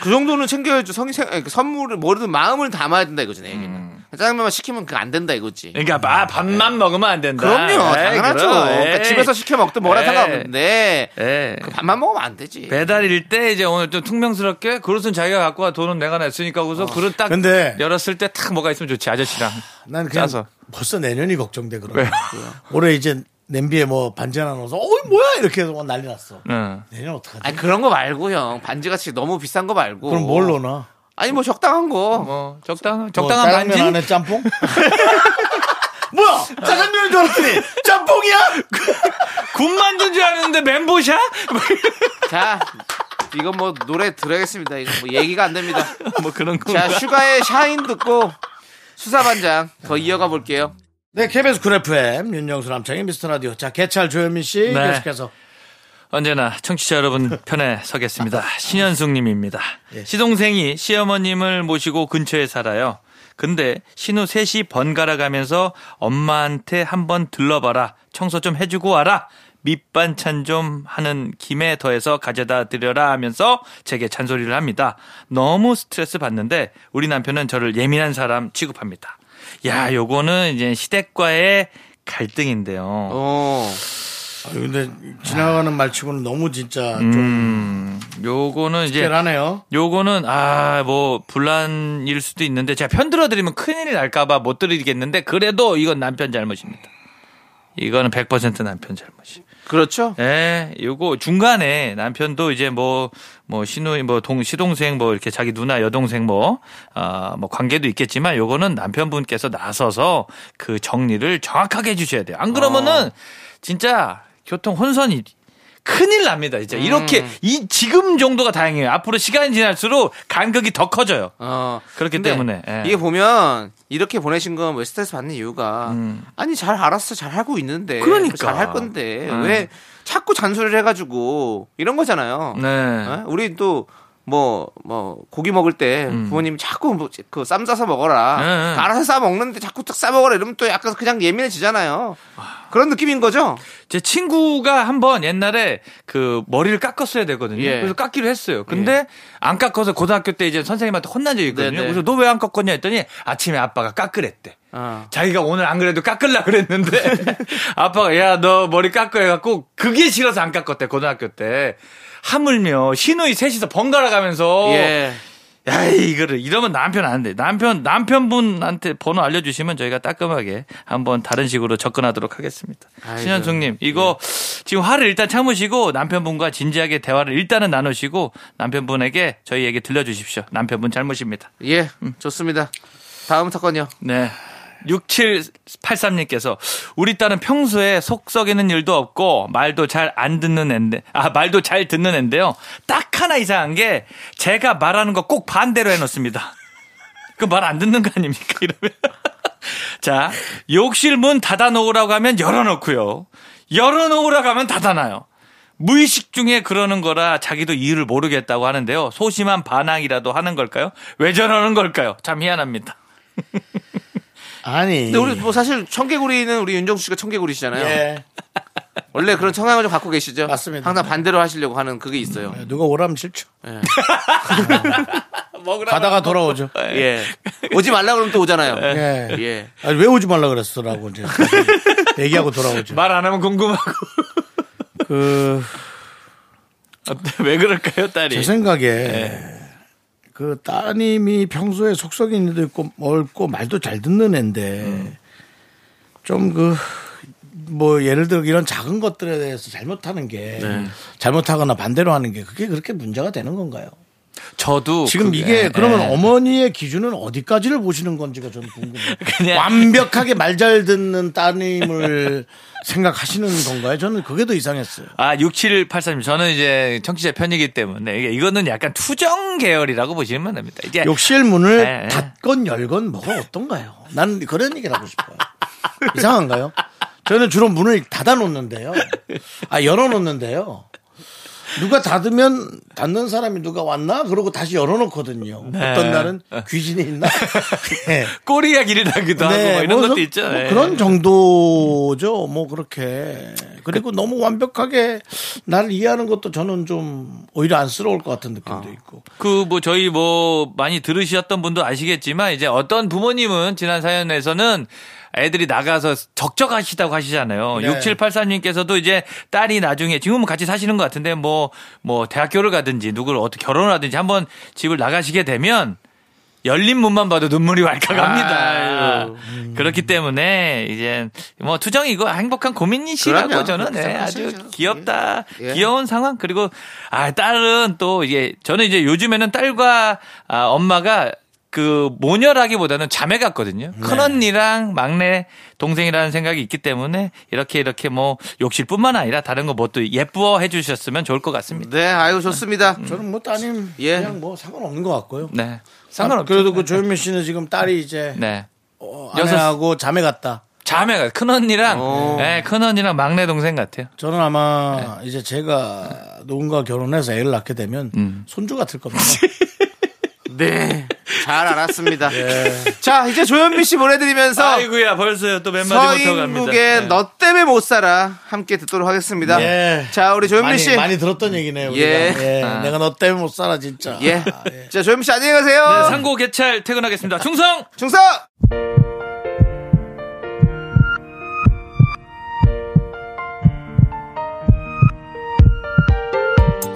Speaker 3: 그 정도는 챙겨야죠. 성생 아니, 그 선물을 뭐든 마음을 담아야 된다 이거지 내 얘기는. 짜장면만 시키면 그거 안 된다 이거지.
Speaker 7: 그러니까 아, 밥만 먹으면 안 된다.
Speaker 3: 네. 그럼요,
Speaker 7: 에이,
Speaker 3: 당연하죠.
Speaker 7: 그럼.
Speaker 3: 그러니까
Speaker 7: 에이. 네.
Speaker 3: 집에서 시켜 먹든 뭐라
Speaker 7: 에이.
Speaker 3: 상관없는데
Speaker 7: 에이.
Speaker 3: 그 밥만 먹으면 안 되지.
Speaker 7: 배달일 때 이제 오늘 좀 퉁명스럽게 그릇은 자기가 갖고 와 돈은 내가 냈으니까 하고서 그릇 딱
Speaker 2: 어. 근데-
Speaker 7: 열었을 때 탁 뭐가 있으면 좋지 아저씨랑
Speaker 2: 난 그냥
Speaker 7: 짜서.
Speaker 2: 벌써 내년이 걱정돼 그러고 올해 이제 냄비에 뭐 반지 하나 넣어서 어이 뭐야 이렇게 해서 막 난리 났어
Speaker 7: 응.
Speaker 2: 내년 어떡하지
Speaker 3: 아니 그런 거 말고 형 반지같이 너무 비싼 거 말고.
Speaker 2: 그럼 뭘 넣나
Speaker 3: 아니 뭐 적당한 거.
Speaker 7: 뭐 적당 적당한
Speaker 2: 뭐 짜장면
Speaker 7: 반지
Speaker 2: 안에 짬뽕 뭐야 짜장면인 줄 알았더니 짬뽕이야
Speaker 7: 군 만든 줄 알았는데 뭐 멘보샤
Speaker 3: 자 이건 뭐 노래 들어야겠습니다. 이거 뭐 얘기가 안 됩니다.
Speaker 7: 뭐 그런 거
Speaker 3: 자 슈가의 샤인 듣고 수사반장 더 이어가 볼게요.
Speaker 2: 네 KBS 쿨 FM 윤정수 남창희 미스터라디오 자 개찰 조현민 씨
Speaker 7: 네.
Speaker 2: 계속해서
Speaker 7: 언제나 청취자 여러분 편에 서겠습니다. 신현숙님입니다. 시동생이 시어머님을 모시고 근처에 살아요. 근데 신우 셋이 번갈아 가면서 엄마한테 한번 들러봐라. 청소 좀 해주고 와라. 밑반찬 좀 하는 김에 더해서 가져다 드려라 하면서 제게 잔소리를 합니다. 너무 스트레스 받는데 우리 남편은 저를 예민한 사람 취급합니다. 야, 요거는 이제 시댁과의 갈등인데요.
Speaker 3: 어.
Speaker 2: 아, 근데 지나가는 말치고는 너무 진짜
Speaker 3: 음,
Speaker 2: 좀
Speaker 7: 음, 요거는 이제
Speaker 2: 특별하네요
Speaker 7: 요거는 아 뭐 분란일 수도 있는데 제가 편 들어드리면 큰일 날까봐 못 드리겠는데 그래도 이건 남편 잘못입니다. 이거는 100% 남편 잘못이.
Speaker 3: 그렇죠.
Speaker 7: 예, 요거 중간에 남편도 이제 뭐, 뭐, 시누이, 뭐, 동, 시동생, 뭐, 이렇게 자기 누나, 여동생, 뭐, 아, 뭐, 관계도 있겠지만 요거는 남편분께서 나서서 그 정리를 정확하게 해주셔야 돼요. 안 그러면은
Speaker 3: 어.
Speaker 7: 진짜 교통 혼선이 큰일 납니다. 진짜. 이렇게,
Speaker 3: 음.
Speaker 7: 이, 지금 정도가 다행이에요. 앞으로 시간이 지날수록 간격이 더 커져요.
Speaker 3: 어.
Speaker 7: 그렇기
Speaker 3: 근데
Speaker 7: 때문에, 예.
Speaker 3: 이게 보면 이렇게 보내신 건 왜 스트레스 받는 이유가 아니 잘 알았어 잘 하고 있는데
Speaker 7: 음. 그러니까.
Speaker 3: 잘 할 건데
Speaker 7: 음.
Speaker 3: 왜 자꾸 잔소리를 해가지고 이런 거잖아요.
Speaker 7: 네.
Speaker 3: 어? 우리 또 뭐, 뭐, 고기 먹을 때
Speaker 7: 음.
Speaker 3: 부모님이 자꾸 뭐, 그 쌈 싸서 먹어라.
Speaker 7: 네, 네.
Speaker 3: 그러니까 알아서 싸 먹는데 자꾸 딱 싸 먹어라 이러면 또 약간 그냥 예민해지잖아요. 그런 느낌인 거죠?
Speaker 7: 제 친구가 한번 옛날에 그 머리를 깎았어야 되거든요.
Speaker 3: 예.
Speaker 7: 그래서 깎기로 했어요. 근데 안 깎아서 고등학교 때 이제 선생님한테 혼난 적이 있거든요.
Speaker 3: 네네.
Speaker 7: 그래서 너 왜 안 깎았냐 했더니 아침에 아빠가 깎으랬대.
Speaker 3: 어.
Speaker 7: 자기가 오늘 안 그래도 깎으려 그랬는데 아빠가 야 너 머리 깎아 해갖고 그게 싫어서 안 깎았대 고등학교 때 하물며 시누이 셋이서 번갈아 가면서
Speaker 3: 예.
Speaker 7: 야 이거를 이러면 남편 안 돼. 남편 남편분한테 번호 알려주시면 저희가 따끔하게 한번 다른 식으로 접근하도록 하겠습니다.
Speaker 3: 아이고. 예.
Speaker 7: 신현숙님 이거 지금 화를 일단 참으시고 남편분과 진지하게 대화를 일단은 나누시고 남편분에게 저희 얘기 들려주십시오. 남편분 잘못입니다.
Speaker 3: 예.
Speaker 7: 음.
Speaker 3: 좋습니다. 다음 사건이요.
Speaker 7: 네. 6783님께서 우리 딸은 평소에 속 썩이는 일도 없고 말도 잘 안 듣는 앤데 아 말도 잘 듣는 앤데요. 딱 하나 이상한 게 제가 말하는 거 꼭 반대로 해 놓습니다. 그 말 안 듣는 거 아닙니까? 이러면. 자, 욕실 문 닫아 놓으라고 하면 열어 놓고요. 열어 놓으라고 하면 닫아 놔요. 무의식 중에 그러는 거라 자기도 이유를 모르겠다고 하는데요. 소심한 반항이라도 하는 걸까요? 왜 저러는 걸까요? 참 희한합니다.
Speaker 2: 아니
Speaker 3: 근데 우리 네. 뭐 사실 청개구리는 우리 윤정수 씨가 청개구리시잖아요.
Speaker 2: 예.
Speaker 3: 원래 그런 성향을 좀 갖고 계시죠?
Speaker 2: 맞습니다.
Speaker 3: 항상 반대로 하시려고 하는 그게 있어요.
Speaker 2: 누가 오라면 싫죠
Speaker 3: 예.
Speaker 2: 가다가 돌아오죠
Speaker 3: 예. 오지 말라 그러면 또 오잖아요.
Speaker 2: 예.
Speaker 3: 예.
Speaker 2: 아니, 왜 오지 말라 그랬어라고 이제 얘기하고 돌아오죠.
Speaker 7: 말 안 하면 궁금하고.
Speaker 2: 그,
Speaker 7: 어때? 왜 그럴까요, 딸이?
Speaker 2: 제 생각에
Speaker 7: 예.
Speaker 2: 그 따님이 평소에 속썩이는 애도 있고 멀고 말도 잘 듣는 애인데
Speaker 7: 음.
Speaker 2: 좀 그, 뭐 예를 들어 이런 작은 것들에 대해서 잘못하는 게
Speaker 7: 네.
Speaker 2: 잘못하거나 반대로 하는 게 그게 그렇게 문제가 되는 건가요?
Speaker 7: 저도
Speaker 2: 지금
Speaker 7: 그-
Speaker 2: 이게
Speaker 7: 예,
Speaker 2: 그러면
Speaker 7: 예.
Speaker 2: 어머니의 기준은 어디까지를 보시는 건지가 저는 궁금해요.
Speaker 7: 그냥-
Speaker 2: 완벽하게 말 잘 듣는 따님을 생각하시는 건가요? 저는 그게 더 이상했어요.
Speaker 7: 아, 6783님. 저는 이제 청취자 편이기 때문에 이게 이거는 약간 투정 계열이라고 보시면 됩니다. 이제
Speaker 2: 욕실 문을
Speaker 7: 예, 예.
Speaker 2: 닫건 열건 뭐가 어떤가요? 난 그런 얘기를 하고 싶어요. 이상한가요? 저는 주로 문을 닫아 놓는데요. 아, 열어 놓는데요. 누가 닫으면 닫는 사람이 누가 왔나 그러고 다시 열어놓거든요.
Speaker 7: 네.
Speaker 2: 어떤 날은 귀신이 있나. 네.
Speaker 7: 꼬리가 길다기도 하고 뭐 이런
Speaker 2: 뭐
Speaker 7: 것도
Speaker 2: 그-
Speaker 7: 있잖아요.
Speaker 2: 뭐 그런 정도죠. 뭐 그렇게. 그리고 너무 완벽하게 나를 이해하는 것도 저는 좀 오히려 안쓰러울 것 같은 느낌도 있고.
Speaker 7: 그 뭐 저희 뭐 많이 들으셨던 분도 아시겠지만 이제 어떤 부모님은 지난 사연에서는 애들이 나가서 적적하시다고 하시잖아요.
Speaker 2: 네.
Speaker 7: 6784님께서도 이제 딸이 나중에 지금은 같이 사시는 것 같은데 뭐 뭐 대학교를 가든지 누구를 어떻게 결혼을 하든지 한번 집을 나가시게 되면 열린 문만 봐도 눈물이 왈칵 합니다.
Speaker 3: 아유.
Speaker 7: 그렇기 때문에 이제 뭐 투정이고 행복한 고민이시라고
Speaker 3: 그럼요.
Speaker 7: 저는
Speaker 3: 그렇게
Speaker 7: 예,
Speaker 3: 생각하시죠.
Speaker 7: 아주 귀엽다.
Speaker 3: 예.
Speaker 7: 귀여운 귀여운 상황 그리고 아 딸은 또 이게 저는 이제 요즘에는 딸과 아, 엄마가 그 모녀라기보다는 자매 같거든요.
Speaker 3: 네.
Speaker 7: 큰 언니랑 막내 동생이라는 생각이 있기 때문에 이렇게 이렇게 뭐 욕실뿐만 아니라 다른 거 뭐 또 예뻐해 주셨으면 좋을 것 같습니다.
Speaker 3: 네, 아유 좋습니다.
Speaker 2: 저는 뭐 따님
Speaker 3: 예.
Speaker 2: 그냥 뭐 상관없는 것 같고요.
Speaker 7: 네. 상관없죠.
Speaker 2: 그래도 그 조현민 씨는 지금 딸이 이제
Speaker 7: 네.
Speaker 2: 어, 아내하고 자매 같다.
Speaker 7: 자매가 큰
Speaker 3: 어.
Speaker 7: 언니랑 네, 큰 언니랑 막내 동생 같아요.
Speaker 2: 저는 아마
Speaker 3: 네.
Speaker 2: 이제 제가 누군가 결혼해서 애를 낳게 되면
Speaker 3: 음.
Speaker 2: 손주 같을 겁니다.
Speaker 3: 네, 잘 알았습니다.
Speaker 2: 예.
Speaker 3: 자, 이제 조현미 씨 보내드리면서
Speaker 7: 아이고야 벌써요 또 몇 마디 못하갑니다.
Speaker 3: 서인국의 너 때문에 못 살아 함께 듣도록 하겠습니다.
Speaker 2: 네. 예.
Speaker 3: 자, 우리 조현미
Speaker 2: 많이,
Speaker 3: 씨.
Speaker 2: 많이 들었던 얘기네요. 우리가.
Speaker 3: 예.
Speaker 2: 예. 내가 너 때문에 못 살아 진짜.
Speaker 3: 예.
Speaker 2: 아, 예. 네,
Speaker 3: 자, 조현미 씨 안녕히 가세요.
Speaker 7: 네, 상고 개찰 퇴근하겠습니다. 충성.
Speaker 3: 중성!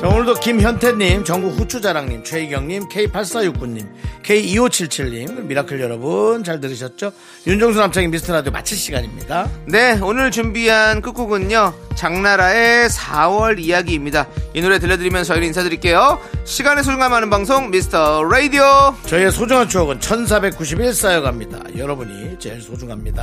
Speaker 2: 자, 오늘도 김현태님, 전국 후추자랑님, 최희경님, K8469님, K2577님, 미라클 여러분 잘 들으셨죠? 윤정수 남창의 미스터라디오 마칠 시간입니다.
Speaker 3: 네, 오늘 준비한 끝곡은요. 장나라의 4월 이야기입니다. 이 노래 들려드리면서 저희는 인사드릴게요. 시간의 소중함하는 방송 미스터 라디오.
Speaker 2: 저희의 소중한 추억은 1491 쌓여갑니다. 여러분이 제일 소중합니다.